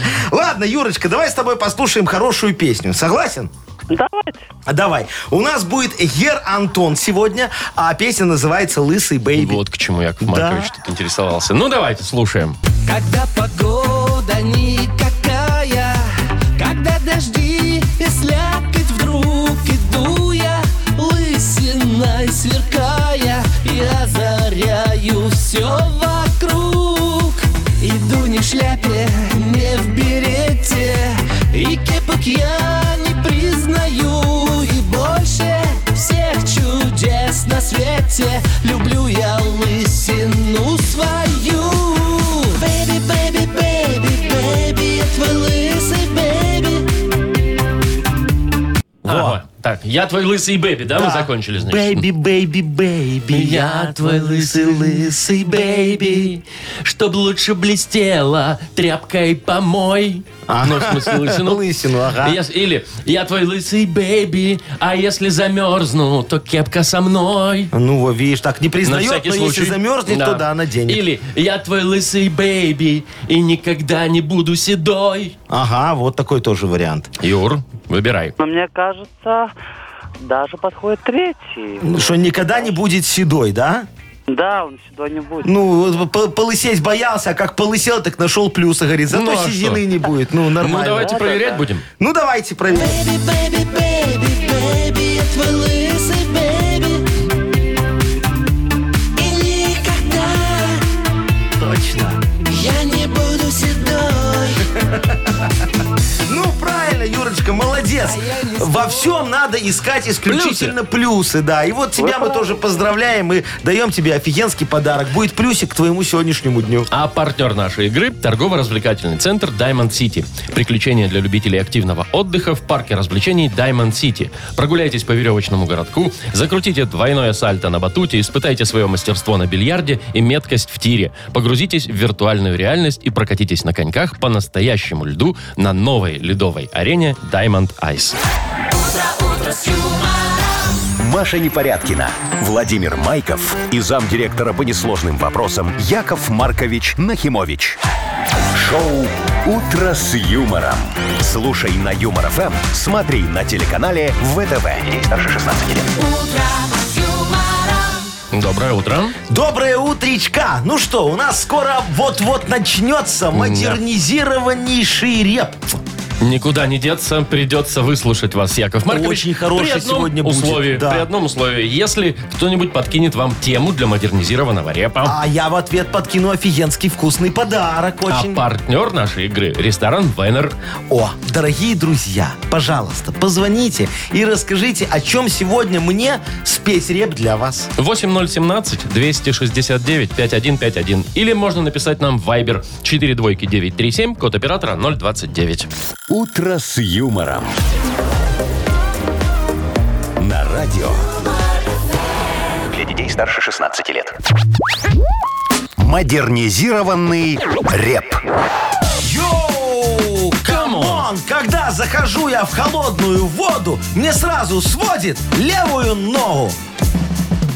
[SPEAKER 2] Ладно, Юрочка, давай с тобой послушаем хорошую песню. Согласен?
[SPEAKER 6] Давайте.
[SPEAKER 2] Давай. У нас будет Гер Антон сегодня, а песня называется «Лысый бэйби».
[SPEAKER 1] Вот к чему Яков Маркович тут интересовался. Ну, давайте, слушаем.
[SPEAKER 8] Когда погода никакая, когда дожди и слякоть вдруг иду я, лысиной сверкая, и озаряю все вокруг. Иду не в шляпе, не в берете, и кепок я не признаю, и больше всех чудес на свете люблю я лысину свою. Baby, baby, baby, baby, я твой лысый baby.
[SPEAKER 1] Ага. Так, я твой лысый бэби, да, мы закончили, значит?
[SPEAKER 2] Бэйби, бэйби, бэйби, я твой лысый, лысый бэйби.
[SPEAKER 8] чтоб лучше блестела тряпкой помой.
[SPEAKER 1] Ну, в смысле, лысину.
[SPEAKER 2] Лысину, ага.
[SPEAKER 1] Ес- Или я твой лысый бэби, а если замерзну, то кепка со мной.
[SPEAKER 2] Ну, вот, видишь, так не
[SPEAKER 1] На
[SPEAKER 2] признает,
[SPEAKER 1] всякий
[SPEAKER 2] но если
[SPEAKER 1] случай.
[SPEAKER 2] замерзнет, то да, наденет.
[SPEAKER 1] Или я твой лысый бэби и никогда не буду седой.
[SPEAKER 2] Ага, вот такой тоже вариант.
[SPEAKER 1] Юр, выбирай.
[SPEAKER 7] но мне кажется, даже подходит третий.
[SPEAKER 2] Что никогда не будет седой, да?
[SPEAKER 7] Да, он сюда не будет.
[SPEAKER 2] Ну, вот по- полысеть боялся, а как полысел, так нашел плюсы, говорит. Зато
[SPEAKER 1] Ну, а
[SPEAKER 2] седины
[SPEAKER 1] что?
[SPEAKER 2] не будет. Ну, нормально.
[SPEAKER 1] Ну, давайте проверять будем.
[SPEAKER 2] Ну, давайте проверим.
[SPEAKER 8] Baby, baby, baby, baby, я твой лысый baby. И никогда
[SPEAKER 2] Точно.
[SPEAKER 8] я не буду седой.
[SPEAKER 2] Ну, правильно, Юрочка, молодец.
[SPEAKER 8] А
[SPEAKER 2] Во всем надо искать исключительно плюсы. да. И вот тебя мы тоже поздравляем и даем тебе офигенский подарок. Будет плюсик к твоему сегодняшнему дню.
[SPEAKER 1] А партнер нашей игры – торгово-развлекательный центр Diamond City. Приключения для любителей активного отдыха в парке развлечений Diamond City. Прогуляйтесь по веревочному городку, закрутите двойное сальто на батуте, испытайте свое мастерство на бильярде и меткость в тире. Погрузитесь в виртуальную реальность и прокатитесь на коньках по настоящему льду на новой ледовой арене Diamond Ice.
[SPEAKER 3] Маша Непорядкина, Владимир Майков и замдиректора по несложным вопросам Яков Маркович Нахимович. Шоу «Утро с юмором». Слушай на Юмор ФМ, смотри на телеканале ВТВ. Здесь старше 16 лет.
[SPEAKER 1] Доброе утро.
[SPEAKER 2] Доброе утречка! Ну что, у нас скоро вот-вот начнется модернизированнейший реп.
[SPEAKER 1] Никуда не деться, придется выслушать вас, Яков Маркович.
[SPEAKER 2] Очень хороший
[SPEAKER 1] при одном
[SPEAKER 2] сегодня будет,
[SPEAKER 1] условии,
[SPEAKER 2] да.
[SPEAKER 1] При одном условии, если кто-нибудь подкинет вам тему для модернизированного репа.
[SPEAKER 2] А я в ответ подкину офигенский вкусный подарок.
[SPEAKER 1] А
[SPEAKER 2] Очень.
[SPEAKER 1] партнер нашей игры – ресторан «Венер».
[SPEAKER 2] О, дорогие друзья, пожалуйста, позвоните и расскажите, о чем сегодня мне спеть реп для вас.
[SPEAKER 1] 8017-269-5151. Или можно написать нам в Viber 42937, код оператора 029.
[SPEAKER 3] «Утро с юмором». На радио
[SPEAKER 5] Для детей старше 16 лет.
[SPEAKER 3] «Модернизированный реп».
[SPEAKER 2] Йоу! Камон! Когда захожу я в холодную воду, мне сразу сводит левую ногу.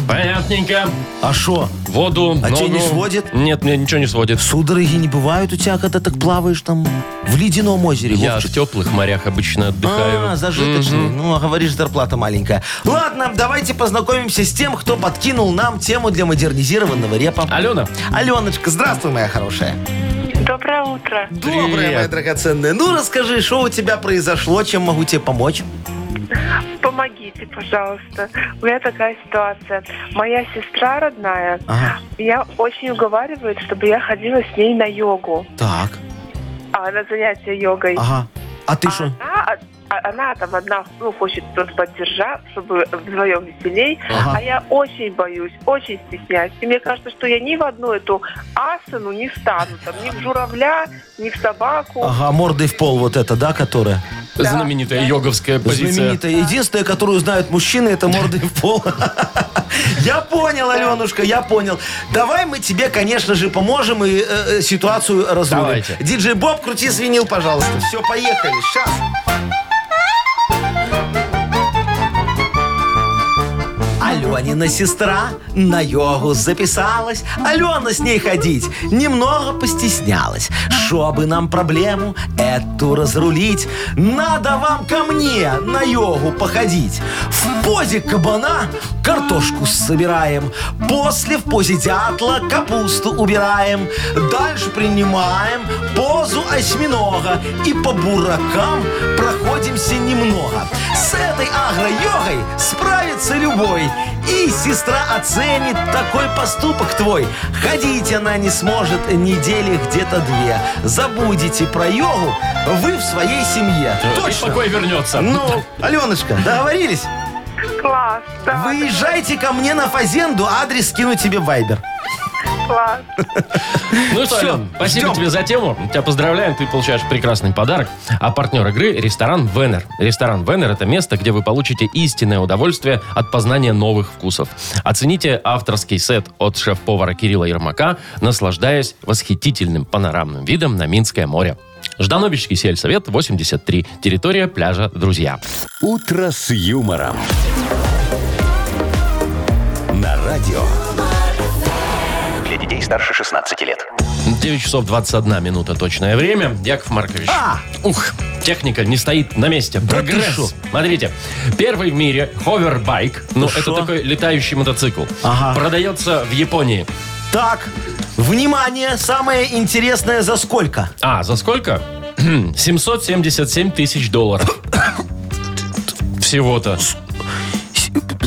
[SPEAKER 1] Понятненько.
[SPEAKER 2] А шо?
[SPEAKER 1] Воду,
[SPEAKER 2] А тебя
[SPEAKER 1] ногу.
[SPEAKER 2] не сводит?
[SPEAKER 1] Нет, мне ничего не сводит.
[SPEAKER 2] Судороги не бывают у тебя, когда так плаваешь там в ледяном озере,
[SPEAKER 1] Я в
[SPEAKER 2] Вовчик?
[SPEAKER 1] теплых морях обычно отдыхаю.
[SPEAKER 2] А, зажиточный. Ну, а говоришь, зарплата маленькая. Ладно, давайте познакомимся с тем, кто подкинул нам тему для модернизированного репа.
[SPEAKER 1] Алена.
[SPEAKER 2] Аленочка, здравствуй, моя хорошая.
[SPEAKER 7] Доброе утро.
[SPEAKER 2] Доброе, моя драгоценная. Ну, расскажи, что у тебя произошло, чем могу тебе помочь?
[SPEAKER 7] Помогите, пожалуйста. У меня такая ситуация. Моя сестра родная,
[SPEAKER 2] Ага.
[SPEAKER 7] я очень уговаривает, чтобы я ходила с ней на йогу,
[SPEAKER 2] Так,
[SPEAKER 7] а, на занятия йогой.
[SPEAKER 2] ага. А ты что?
[SPEAKER 7] Она, а- она там одна ну, хочет просто поддержать, чтобы вдвоем веселей.
[SPEAKER 2] Ага.
[SPEAKER 7] А я очень боюсь, очень стесняюсь. И мне кажется, что я ни в одну эту асану не стану. Там, ни в журавля, ни в собаку.
[SPEAKER 2] Ага, мордой в пол вот это, да, которая?
[SPEAKER 1] Знаменитая йоговская позиция.
[SPEAKER 2] Знаменитая. Единственная, которую знают мужчины, это мордой в пол. Я понял, Аленушка, я понял. Давай мы тебе, конечно же, поможем и э, э, ситуацию разрулим.
[SPEAKER 1] Давайте.
[SPEAKER 2] Диджей Боб, крути свинил, пожалуйста. Все, поехали. Сейчас. Аленина сестра на йогу записалась. Алена с ней ходить немного постеснялась. Чтобы нам проблему эту разрулить, надо вам ко мне на йогу походить. В позе кабана картошку собираем. После в позе дятла капусту убираем. Дальше принимаем позу осьминога. И по буракам проходимся немного. С этой агро-йогой справится любой. И сестра оценит такой поступок твой. Ходить она не сможет недели где-то две. Забудете про йогу вы в своей семье.
[SPEAKER 1] Э, И
[SPEAKER 2] Точно.
[SPEAKER 1] покой вернется.
[SPEAKER 2] Ну, Аленочка, договорились?
[SPEAKER 7] Класс, да,
[SPEAKER 2] Выезжайте ко мне на Фазенду, адрес скину тебе в Вайбер.
[SPEAKER 7] класс.
[SPEAKER 1] Ну что,
[SPEAKER 2] всё,
[SPEAKER 1] Ален, спасибо
[SPEAKER 2] ждем.
[SPEAKER 1] тебе за тему. Тебя поздравляем, ты получаешь прекрасный подарок. А партнер игры – ресторан «Венер». Ресторан «Венер» – это место, где вы получите истинное удовольствие от познания новых вкусов. Оцените авторский сет от шеф-повара Кирилла Ермака, наслаждаясь восхитительным панорамным видом на Минское море. Ждановичский сельсовет, 83. Территория пляжа «Друзья».
[SPEAKER 3] «Утро с юмором». На радио
[SPEAKER 5] Для детей старше 16 лет.
[SPEAKER 1] 9 часов 21 минута точное время. Яков Маркович.
[SPEAKER 2] А!
[SPEAKER 1] Ух, техника не стоит на месте.
[SPEAKER 2] ты шо?
[SPEAKER 1] Прогресс. Смотрите, первый в мире ховербайк, ну это
[SPEAKER 2] шо?
[SPEAKER 1] такой летающий мотоцикл,
[SPEAKER 2] Ага.
[SPEAKER 1] продается в Японии.
[SPEAKER 2] Так, внимание, самое интересное за сколько?
[SPEAKER 1] А, за сколько? 777 тысяч долларов. Всего-то.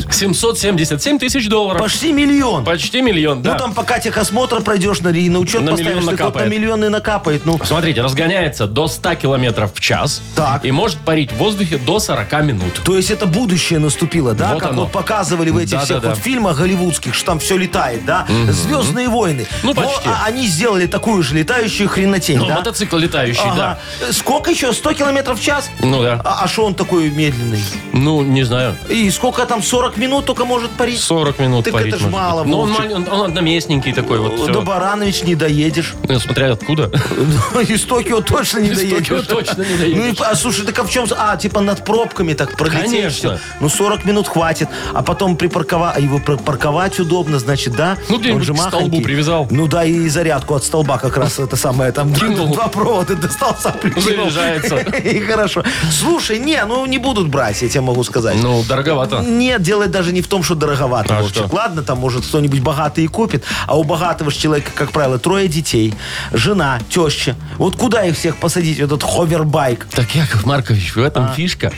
[SPEAKER 1] 777 тысяч долларов.
[SPEAKER 2] Почти миллион.
[SPEAKER 1] Почти миллион, да.
[SPEAKER 2] Ну там пока техосмотр пройдешь на, и на учет
[SPEAKER 1] На
[SPEAKER 2] поставишь,
[SPEAKER 1] миллион
[SPEAKER 2] так вот на
[SPEAKER 1] накапает.
[SPEAKER 2] миллион и накапает. Ну,
[SPEAKER 1] Смотрите, разгоняется до 100 километров в час
[SPEAKER 2] Так.
[SPEAKER 1] и может парить в воздухе до 40 минут.
[SPEAKER 2] то есть это будущее наступило, да?
[SPEAKER 1] Вот
[SPEAKER 2] как
[SPEAKER 1] оно.
[SPEAKER 2] вот показывали в этих всех
[SPEAKER 1] Да-да-да.
[SPEAKER 2] вот фильмах голливудских, что там все летает, да? Звездные войны.
[SPEAKER 1] Ну, почти.
[SPEAKER 2] а они сделали такую же летающую хренотень,
[SPEAKER 1] Ну,
[SPEAKER 2] да?
[SPEAKER 1] мотоцикл летающий,
[SPEAKER 2] Ага. Э, Сколько еще? 100 километров в час?
[SPEAKER 1] да. Ну да.
[SPEAKER 2] А что он такой медленный?
[SPEAKER 1] Ну, не знаю.
[SPEAKER 2] И сколько там, 40 минут только может парить?
[SPEAKER 1] 40 минут
[SPEAKER 2] Так
[SPEAKER 1] парить
[SPEAKER 2] это ж
[SPEAKER 1] может быть.
[SPEAKER 2] мало,
[SPEAKER 1] Ну, он,
[SPEAKER 2] Вовчик.
[SPEAKER 1] маль-
[SPEAKER 2] Ну,
[SPEAKER 1] он- он одноместненький такой вот. всё.
[SPEAKER 2] До Баранович не доедешь.
[SPEAKER 1] Ну, смотря откуда.
[SPEAKER 2] Из Токио точно не
[SPEAKER 1] Из Токио
[SPEAKER 2] доедешь.
[SPEAKER 1] точно не доедешь.
[SPEAKER 2] доедешь. Ну, и, а, слушай, так а в чем... А, типа над пробками так пролететь.
[SPEAKER 1] Конечно.
[SPEAKER 2] всё. Ну, 40 минут хватит. А потом припарковать... Его припарковать удобно, значит, да?
[SPEAKER 1] Ну, где-нибудь
[SPEAKER 2] Он же
[SPEAKER 1] к столбу
[SPEAKER 2] махонький.
[SPEAKER 1] привязал.
[SPEAKER 2] Ну, да, и зарядку от столба как раз это самое. Там
[SPEAKER 1] Кинул.
[SPEAKER 2] два провода достал, сам прикинул.
[SPEAKER 1] Заряжается.
[SPEAKER 2] И хорошо. Слушай, не, ну, не будут брать, я тебе могу сказать.
[SPEAKER 1] Ну, дороговато.
[SPEAKER 2] Нет, делать даже не в том, что дороговато,
[SPEAKER 1] А
[SPEAKER 2] Вовчик.
[SPEAKER 1] что?
[SPEAKER 2] Ладно, там, может, кто-нибудь богатый и купит, а у богатого ж человека, как правило, трое детей, жена, теща. Вот куда их всех посадить, этот ховербайк?
[SPEAKER 1] Так, Яков Маркович, в
[SPEAKER 2] А.
[SPEAKER 1] этом фишка.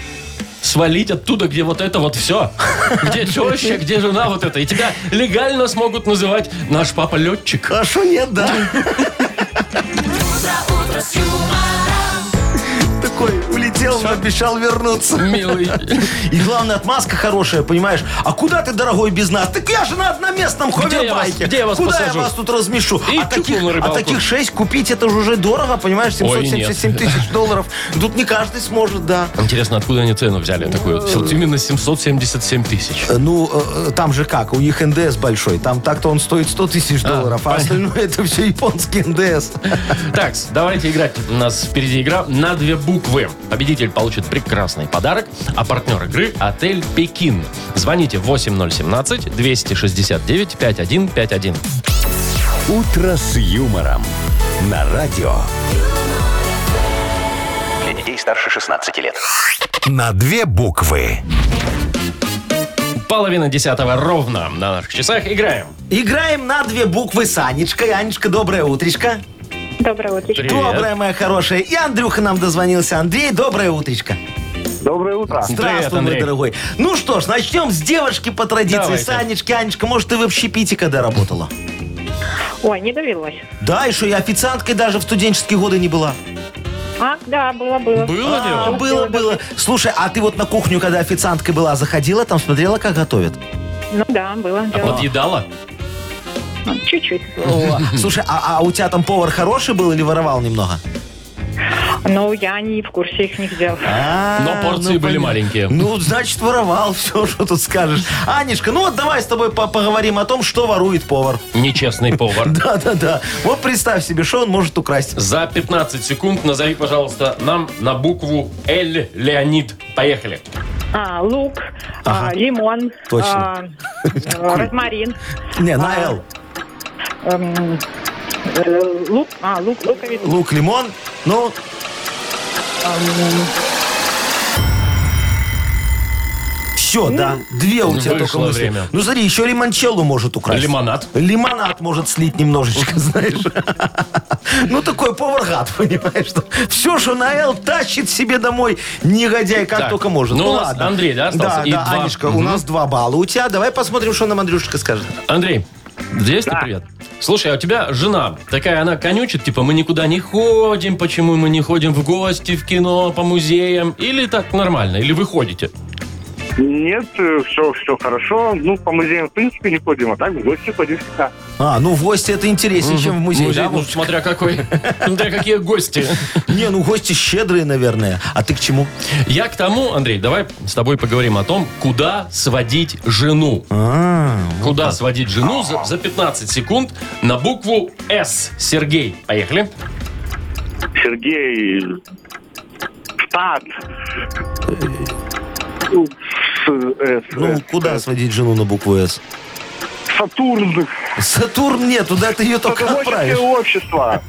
[SPEAKER 1] Свалить оттуда, где вот это вот все. Где теща, где жена вот это. И тебя легально смогут называть наш папа летчик.
[SPEAKER 2] А что нет, да? Такой улетел, обещал вернуться.
[SPEAKER 1] Милый.
[SPEAKER 2] И главное, отмазка хорошая, понимаешь? А куда ты, дорогой, без нас? Так я же на одноместном
[SPEAKER 1] я вас-
[SPEAKER 2] ховербайке.
[SPEAKER 1] где я вас
[SPEAKER 2] куда
[SPEAKER 1] посажу?
[SPEAKER 2] я вас тут размешу?
[SPEAKER 1] И
[SPEAKER 2] а,
[SPEAKER 1] чухнул
[SPEAKER 2] таких,
[SPEAKER 1] на
[SPEAKER 2] а
[SPEAKER 1] рыбалку.
[SPEAKER 2] таких шесть купить, это же уже дорого, понимаешь?
[SPEAKER 1] Ой, нет.
[SPEAKER 2] 777 тысяч долларов. Тут не каждый сможет, да.
[SPEAKER 1] Интересно, откуда они цену взяли такую? Именно 777 тысяч.
[SPEAKER 2] Э, Ну, э, э, там же как, у них НДС большой. Там так-то он стоит 100 тысяч долларов, а, остальное это все японский НДС.
[SPEAKER 1] Так, давайте играть. У нас впереди игра на две буквы. Победитель получит прекрасный подарок, а партнер игры – отель «Пекин». Звоните 8017-269-5151.
[SPEAKER 3] «Утро с юмором» на радио.
[SPEAKER 5] Для детей старше 16 лет.
[SPEAKER 3] На две буквы.
[SPEAKER 1] Половина десятого ровно на наших часах. Играем.
[SPEAKER 2] Играем на две буквы с Анечкой. Анечка, доброе утречко.
[SPEAKER 9] Доброе утро.
[SPEAKER 1] Привет.
[SPEAKER 2] Доброе, моя хорошая. И Андрюха нам дозвонился. Андрей, доброе утречко.
[SPEAKER 6] Доброе утро.
[SPEAKER 1] Привет,
[SPEAKER 2] Здравствуй,
[SPEAKER 1] Андрей.
[SPEAKER 2] мой дорогой. Ну что ж, начнем с девушки по традиции.
[SPEAKER 1] Давайте.
[SPEAKER 2] С Анечки. Анечка, может, ты в общепите когда работала?
[SPEAKER 9] Ой, не довелось.
[SPEAKER 2] Да, еще и официанткой даже в студенческие годы не была.
[SPEAKER 9] А, да, было, было.
[SPEAKER 1] Было Ну, дело?
[SPEAKER 2] А, было, было. Слушай, а ты вот на кухню, когда официанткой была, заходила, там смотрела, как готовят?
[SPEAKER 9] Ну да, было.
[SPEAKER 1] А
[SPEAKER 9] дело. Ну,
[SPEAKER 1] подъедала?
[SPEAKER 9] Чуть-чуть.
[SPEAKER 2] Слушай, а, а у тебя там повар хороший был или воровал немного?
[SPEAKER 9] Но я не в курсе их не сделала.
[SPEAKER 2] А,
[SPEAKER 1] Но порции были
[SPEAKER 2] понятно.
[SPEAKER 1] маленькие.
[SPEAKER 2] Ну, значит, воровал все, что тут скажешь. Анечка, ну вот давай с тобой по- поговорим о том, что ворует повар.
[SPEAKER 1] Нечестный повар.
[SPEAKER 2] Да-да-да. Вот представь себе, что он может украсть.
[SPEAKER 1] За 15 секунд назови, пожалуйста, нам на букву «Л» Леонид. Поехали.
[SPEAKER 9] А, лук,
[SPEAKER 2] Ага.
[SPEAKER 9] а, лимон,
[SPEAKER 2] Точно.
[SPEAKER 9] а, э, розмарин,
[SPEAKER 2] Не, на
[SPEAKER 9] А.
[SPEAKER 2] «Л».
[SPEAKER 9] эм, э, лук, а, лук, луковица.
[SPEAKER 2] Лук, лимон. Ну, все, да. Две у тебя только
[SPEAKER 1] вышло
[SPEAKER 2] мысли.
[SPEAKER 1] время.
[SPEAKER 2] Ну, смотри, еще лимончеллу может украсть.
[SPEAKER 1] Лимонад.
[SPEAKER 2] Лимонад может слить немножечко, знаешь. Ну, такой повар гад, понимаешь? Все, что на «Л» тащит себе домой негодяй,
[SPEAKER 1] Так,
[SPEAKER 2] как только может.
[SPEAKER 1] ну, у нас
[SPEAKER 2] ладно.
[SPEAKER 1] Андрей, да, остался?
[SPEAKER 2] Да,
[SPEAKER 1] И
[SPEAKER 2] да,
[SPEAKER 1] два.
[SPEAKER 2] Анечка, у
[SPEAKER 1] Мгм.
[SPEAKER 2] нас два балла. У тебя, давай посмотрим, что нам Андрюшечка скажет.
[SPEAKER 1] Андрей, здесь ты? привет. Слушай, а у тебя жена такая, она конючит, типа, мы никуда не ходим, почему мы не ходим в гости, в кино, по музеям? Или так нормально? Или вы ходите?
[SPEAKER 6] Нет, все, все хорошо. Ну, по музеям, в принципе, не ходим, а так в гости ходим всегда.
[SPEAKER 2] А, ну в гости это интереснее, чем в музее. да,
[SPEAKER 1] ну,
[SPEAKER 2] Вовчик?
[SPEAKER 1] смотря какой, смотря какие гости.
[SPEAKER 2] Не, ну гости щедрые, наверное. А ты к чему?
[SPEAKER 1] Я к тому, Андрей, давай с тобой поговорим о том, куда сводить жену.
[SPEAKER 2] А,
[SPEAKER 1] Куда сводить жену за, за 15 секунд на букву «С». Сергей, поехали.
[SPEAKER 6] Сергей, штат. Ну, С- э, с-
[SPEAKER 2] Ну,
[SPEAKER 6] э,
[SPEAKER 2] куда сводить жену на букву «С»?
[SPEAKER 6] Сатурн.
[SPEAKER 2] Сатурн нет, туда ты ее только
[SPEAKER 6] Садоводческое
[SPEAKER 2] отправишь.
[SPEAKER 6] общество.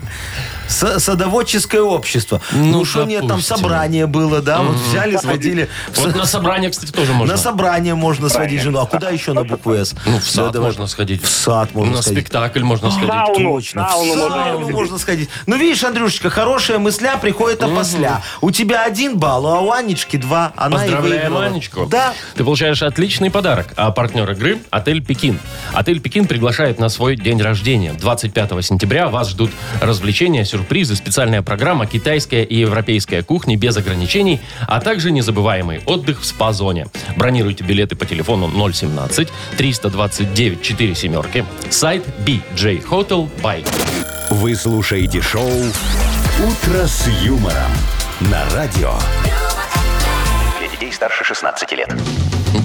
[SPEAKER 2] С- Садоводческое общество.
[SPEAKER 1] Ну,
[SPEAKER 2] Ну, что нет, там
[SPEAKER 1] допустим.
[SPEAKER 2] собрание было, да? Вот взяли, сводили. в
[SPEAKER 1] Вот
[SPEAKER 2] са-
[SPEAKER 1] на собрание, кстати, тоже можно.
[SPEAKER 2] На собрание можно сводить жену. А куда еще на букву «С»?
[SPEAKER 1] Ну, в сад
[SPEAKER 2] Да, давай.
[SPEAKER 1] можно сходить.
[SPEAKER 2] В сад можно
[SPEAKER 1] на
[SPEAKER 2] сходить.
[SPEAKER 1] спектакль можно сходить.
[SPEAKER 6] Сауну.
[SPEAKER 2] Точно.
[SPEAKER 6] Сауну
[SPEAKER 2] в
[SPEAKER 6] А, можно
[SPEAKER 2] сауну
[SPEAKER 6] сходить.
[SPEAKER 2] можно сходить. Ну, видишь, Андрюшечка, хорошая мысля приходит опосля. У тебя один балл, а у Анечки два. Она и
[SPEAKER 1] Поздравляем
[SPEAKER 2] выиграла.
[SPEAKER 1] Анечку.
[SPEAKER 2] Да.
[SPEAKER 1] Ты получаешь отличный подарок. А партнер игры – отель «Пекин». Отель «Пекин» приглашает на свой день рождения. 25 сентября вас ждут развлечения, сюрпризы, специальная программа «Китайская и европейская кухни без ограничений», а также незабываемый отдых в спа-зоне. Бронируйте билеты по телефону 017-329-4 семерки. Сайт BJ Hotel by.
[SPEAKER 3] Вы слушаете шоу «Утро с юмором» на радио.
[SPEAKER 5] Для детей старше 16 лет.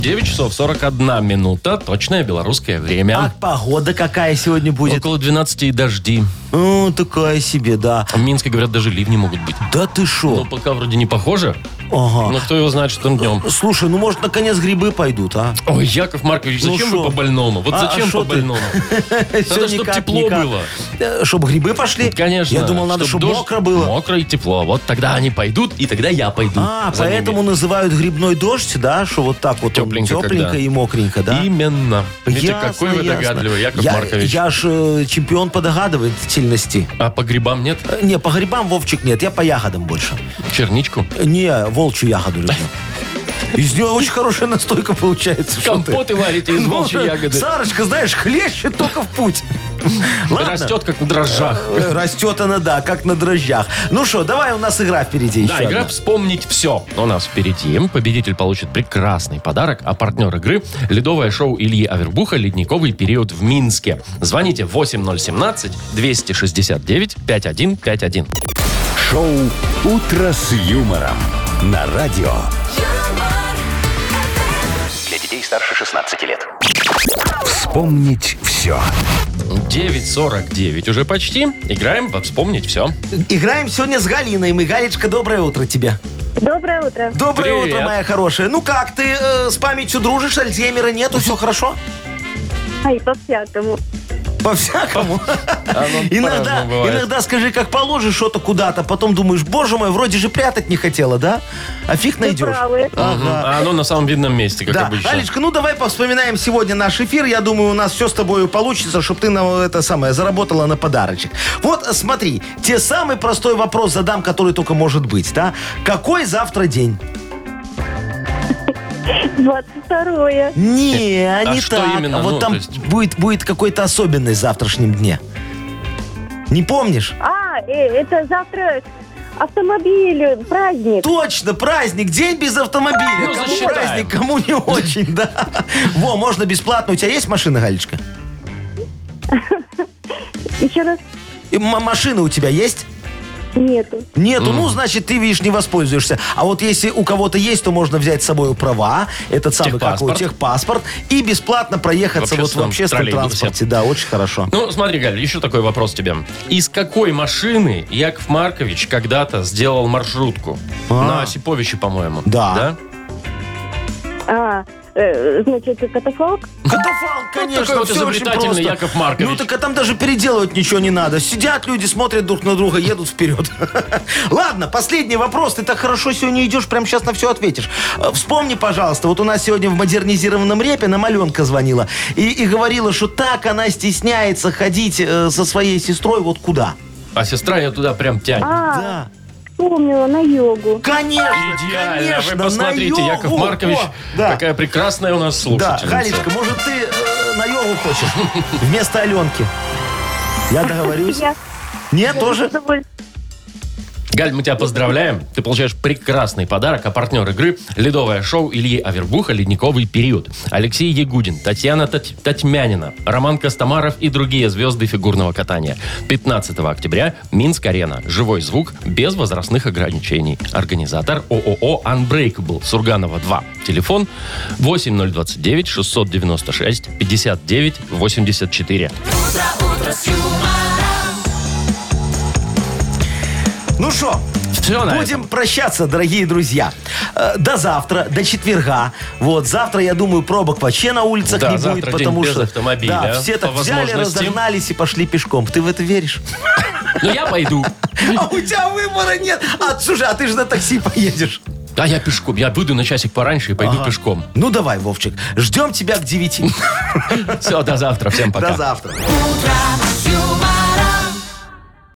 [SPEAKER 1] 9 часов 41 минута. Точное белорусское
[SPEAKER 2] А
[SPEAKER 1] время.
[SPEAKER 2] погода какая сегодня будет?
[SPEAKER 1] Около 12 и дожди.
[SPEAKER 2] О, такая себе, да.
[SPEAKER 1] В Минске, говорят, даже ливни могут быть.
[SPEAKER 2] Да ты
[SPEAKER 1] Ну,
[SPEAKER 2] шо?
[SPEAKER 1] пока вроде не похоже,
[SPEAKER 2] Ага.
[SPEAKER 1] но кто его знает, что там днем.
[SPEAKER 2] Слушай, ну может наконец грибы пойдут, а?
[SPEAKER 1] Ой, Яков Маркович,
[SPEAKER 2] Ну
[SPEAKER 1] зачем вы
[SPEAKER 2] шо?
[SPEAKER 1] по-больному? Вот
[SPEAKER 2] А, а
[SPEAKER 1] зачем
[SPEAKER 2] шо ты?
[SPEAKER 1] по-больному?
[SPEAKER 2] Надо,
[SPEAKER 1] чтоб тепло было.
[SPEAKER 2] Чтобы Э, грибы пошли?
[SPEAKER 1] Конечно.
[SPEAKER 2] Я думал, надо, чтобы
[SPEAKER 1] дождь,
[SPEAKER 2] мокро было.
[SPEAKER 1] Мокро и тепло. Вот тогда они пойдут, и тогда я пойду.
[SPEAKER 2] А,
[SPEAKER 1] за ними.
[SPEAKER 2] поэтому называют грибной дождь, да, что вот так вот он
[SPEAKER 1] тепленько,
[SPEAKER 2] Тепленько
[SPEAKER 1] когда.
[SPEAKER 2] и мокренько, да?
[SPEAKER 1] Именно. Видите,
[SPEAKER 2] Ясно,
[SPEAKER 1] какой вы
[SPEAKER 2] ясно.
[SPEAKER 1] догадливый, Яков
[SPEAKER 2] я,
[SPEAKER 1] Маркович.
[SPEAKER 2] Я ж э, чемпион по догадывательности.
[SPEAKER 1] А по грибам нет?
[SPEAKER 2] Э, Не, по грибам Вовчик нет, я по ягодам больше.
[SPEAKER 1] Черничку?
[SPEAKER 2] Э, Не, волчью ягоду люблю. Из нее очень хорошая настойка получается. что ты.
[SPEAKER 1] Компоты варите из
[SPEAKER 2] Ну,
[SPEAKER 1] волчьей ягоды.
[SPEAKER 2] Сарочка, знаешь, хлещет только в путь. Ладно.
[SPEAKER 1] Растет, как на дрожжах.
[SPEAKER 2] Э, Растет она, да, как на дрожжах. Ну что, давай, у нас игра впереди еще.
[SPEAKER 1] Да, игра
[SPEAKER 2] одна.
[SPEAKER 1] «Вспомнить все» у нас впереди. Победитель получит прекрасный подарок, а партнер игры – ледовое шоу Ильи Авербуха «Ледниковый период в Минске». Звоните 8017-269-5151.
[SPEAKER 3] Шоу «Утро с юмором» на радио.
[SPEAKER 8] юмор,
[SPEAKER 5] Для детей старше 16 лет.
[SPEAKER 3] Вспомнить все.
[SPEAKER 1] 9.49 уже почти. Играем во «Вспомнить все».
[SPEAKER 2] Играем сегодня с Галиной. Мы, Галечка, доброе утро тебе.
[SPEAKER 9] Доброе утро.
[SPEAKER 2] Доброе
[SPEAKER 1] Привет.
[SPEAKER 2] утро, моя хорошая. Ну как, ты э, с памятью дружишь, Альцгеймера нету, все хорошо?
[SPEAKER 9] Ай, по-всякому.
[SPEAKER 2] По-всякому. Иногда, иногда скажи, как положишь что-то куда-то, потом думаешь, боже мой, вроде же прятать не хотела, да? А фиг
[SPEAKER 9] Вы
[SPEAKER 2] найдешь.
[SPEAKER 9] правы.
[SPEAKER 1] А оно на самом видном месте, как
[SPEAKER 2] да,
[SPEAKER 1] обычно.
[SPEAKER 2] Алечка, ну давай повспоминаем сегодня наш эфир. Я думаю, у нас все с тобой получится, чтобы ты нам это самое заработала на подарочек. Вот смотри, те самый простой вопрос задам, который только может быть, да? Какой завтра день?
[SPEAKER 9] 22
[SPEAKER 2] Не, а не
[SPEAKER 1] что
[SPEAKER 2] так.
[SPEAKER 1] именно?
[SPEAKER 2] Вот
[SPEAKER 1] Ну,
[SPEAKER 2] там
[SPEAKER 1] то есть-
[SPEAKER 2] будет, будет какой-то особенность в завтрашнем дне. Не помнишь?
[SPEAKER 9] А, э, это завтра автомобиль, праздник.
[SPEAKER 2] Точно, праздник, день без автомобиля.
[SPEAKER 1] Ну,
[SPEAKER 2] кому
[SPEAKER 1] засчитаем.
[SPEAKER 2] праздник, кому не очень, да. Во, можно бесплатно. У тебя есть машина, Галечка?
[SPEAKER 9] Еще раз
[SPEAKER 2] И м- машина у тебя есть?
[SPEAKER 9] нету.
[SPEAKER 2] Нету, ну, значит, ты, видишь, не воспользуешься. А вот если у кого-то есть, то можно взять с собой права, этот самый, как его,
[SPEAKER 1] Техпаспорт.
[SPEAKER 2] техпаспорт, и бесплатно проехаться
[SPEAKER 1] В
[SPEAKER 2] вот в
[SPEAKER 1] общественном
[SPEAKER 2] общественном
[SPEAKER 1] троллейбусе.
[SPEAKER 2] транспорте. Да, очень хорошо.
[SPEAKER 1] Ну, смотри, Галь, еще такой вопрос тебе. Из какой машины Яков Маркович когда-то сделал маршрутку?
[SPEAKER 2] А.
[SPEAKER 1] На Осиповиче, по-моему.
[SPEAKER 2] Да.
[SPEAKER 9] А, э, значит, катафалк?
[SPEAKER 2] Катафал, конечно,
[SPEAKER 1] Ну, такой вот
[SPEAKER 2] все очень
[SPEAKER 1] изобретательный
[SPEAKER 2] просто.
[SPEAKER 1] Яков Маркович.
[SPEAKER 2] Ну так а там даже переделывать ничего не надо. Сидят люди, смотрят друг на друга, едут вперед. Ладно, последний вопрос. Ты так хорошо сегодня идешь, прямо сейчас на все ответишь. Э, Вспомни, пожалуйста, вот у нас сегодня в модернизированном репе нам Аленка звонила и, и говорила, что так она стесняется ходить э, со своей сестрой вот куда.
[SPEAKER 1] А сестра ее туда прям тянет.
[SPEAKER 9] А,
[SPEAKER 2] Да.
[SPEAKER 9] вспомнила, на йогу.
[SPEAKER 2] Конечно,
[SPEAKER 1] Идеально.
[SPEAKER 2] конечно,
[SPEAKER 1] Вы посмотрите,
[SPEAKER 2] на
[SPEAKER 1] Яков
[SPEAKER 2] йогу.
[SPEAKER 1] Маркович,
[SPEAKER 2] О, да.
[SPEAKER 1] какая прекрасная у нас
[SPEAKER 2] Да,
[SPEAKER 1] слушательница.
[SPEAKER 2] Галечка, может, ты э, на йогу хочешь вместо Аленки? Я договорюсь.
[SPEAKER 9] Я
[SPEAKER 2] Нет, тоже?
[SPEAKER 9] удовольствие.
[SPEAKER 1] Галь, мы тебя поздравляем. Ты получаешь прекрасный подарок, а партнер игры – ледовое шоу Ильи Авербуха «Ледниковый период». Алексей Ягудин, Татьяна Тать- Татьмянина, Роман Костомаров и другие звезды фигурного катания. 15 октября Минск-арена. Живой звук без возрастных ограничений. Организатор ООО «Unbreakable» Сурганова 2. Телефон 8029 696 59 84.
[SPEAKER 2] Ну что,
[SPEAKER 1] Все на
[SPEAKER 2] будем
[SPEAKER 1] этом.
[SPEAKER 2] прощаться, дорогие друзья. Э, До завтра, до четверга. Вот, завтра, я думаю, пробок вообще на улицах
[SPEAKER 1] Да,
[SPEAKER 2] не
[SPEAKER 1] завтра
[SPEAKER 2] будет,
[SPEAKER 1] день
[SPEAKER 2] потому
[SPEAKER 1] без
[SPEAKER 2] что...
[SPEAKER 1] автомобиля,
[SPEAKER 2] Да, все так
[SPEAKER 1] по
[SPEAKER 2] взяли,
[SPEAKER 1] возможности.
[SPEAKER 2] разогнались и пошли пешком. Ты в это веришь?
[SPEAKER 1] Ну, я пойду.
[SPEAKER 2] А у тебя выбора нет. А, слушай, а ты же на такси поедешь.
[SPEAKER 1] Да, я пешком. Я выйду на часик пораньше и пойду
[SPEAKER 2] Ага.
[SPEAKER 1] пешком.
[SPEAKER 2] Ну давай, Вовчик, ждем тебя к девяти.
[SPEAKER 1] Все, до завтра. Всем пока.
[SPEAKER 2] До завтра.
[SPEAKER 8] утро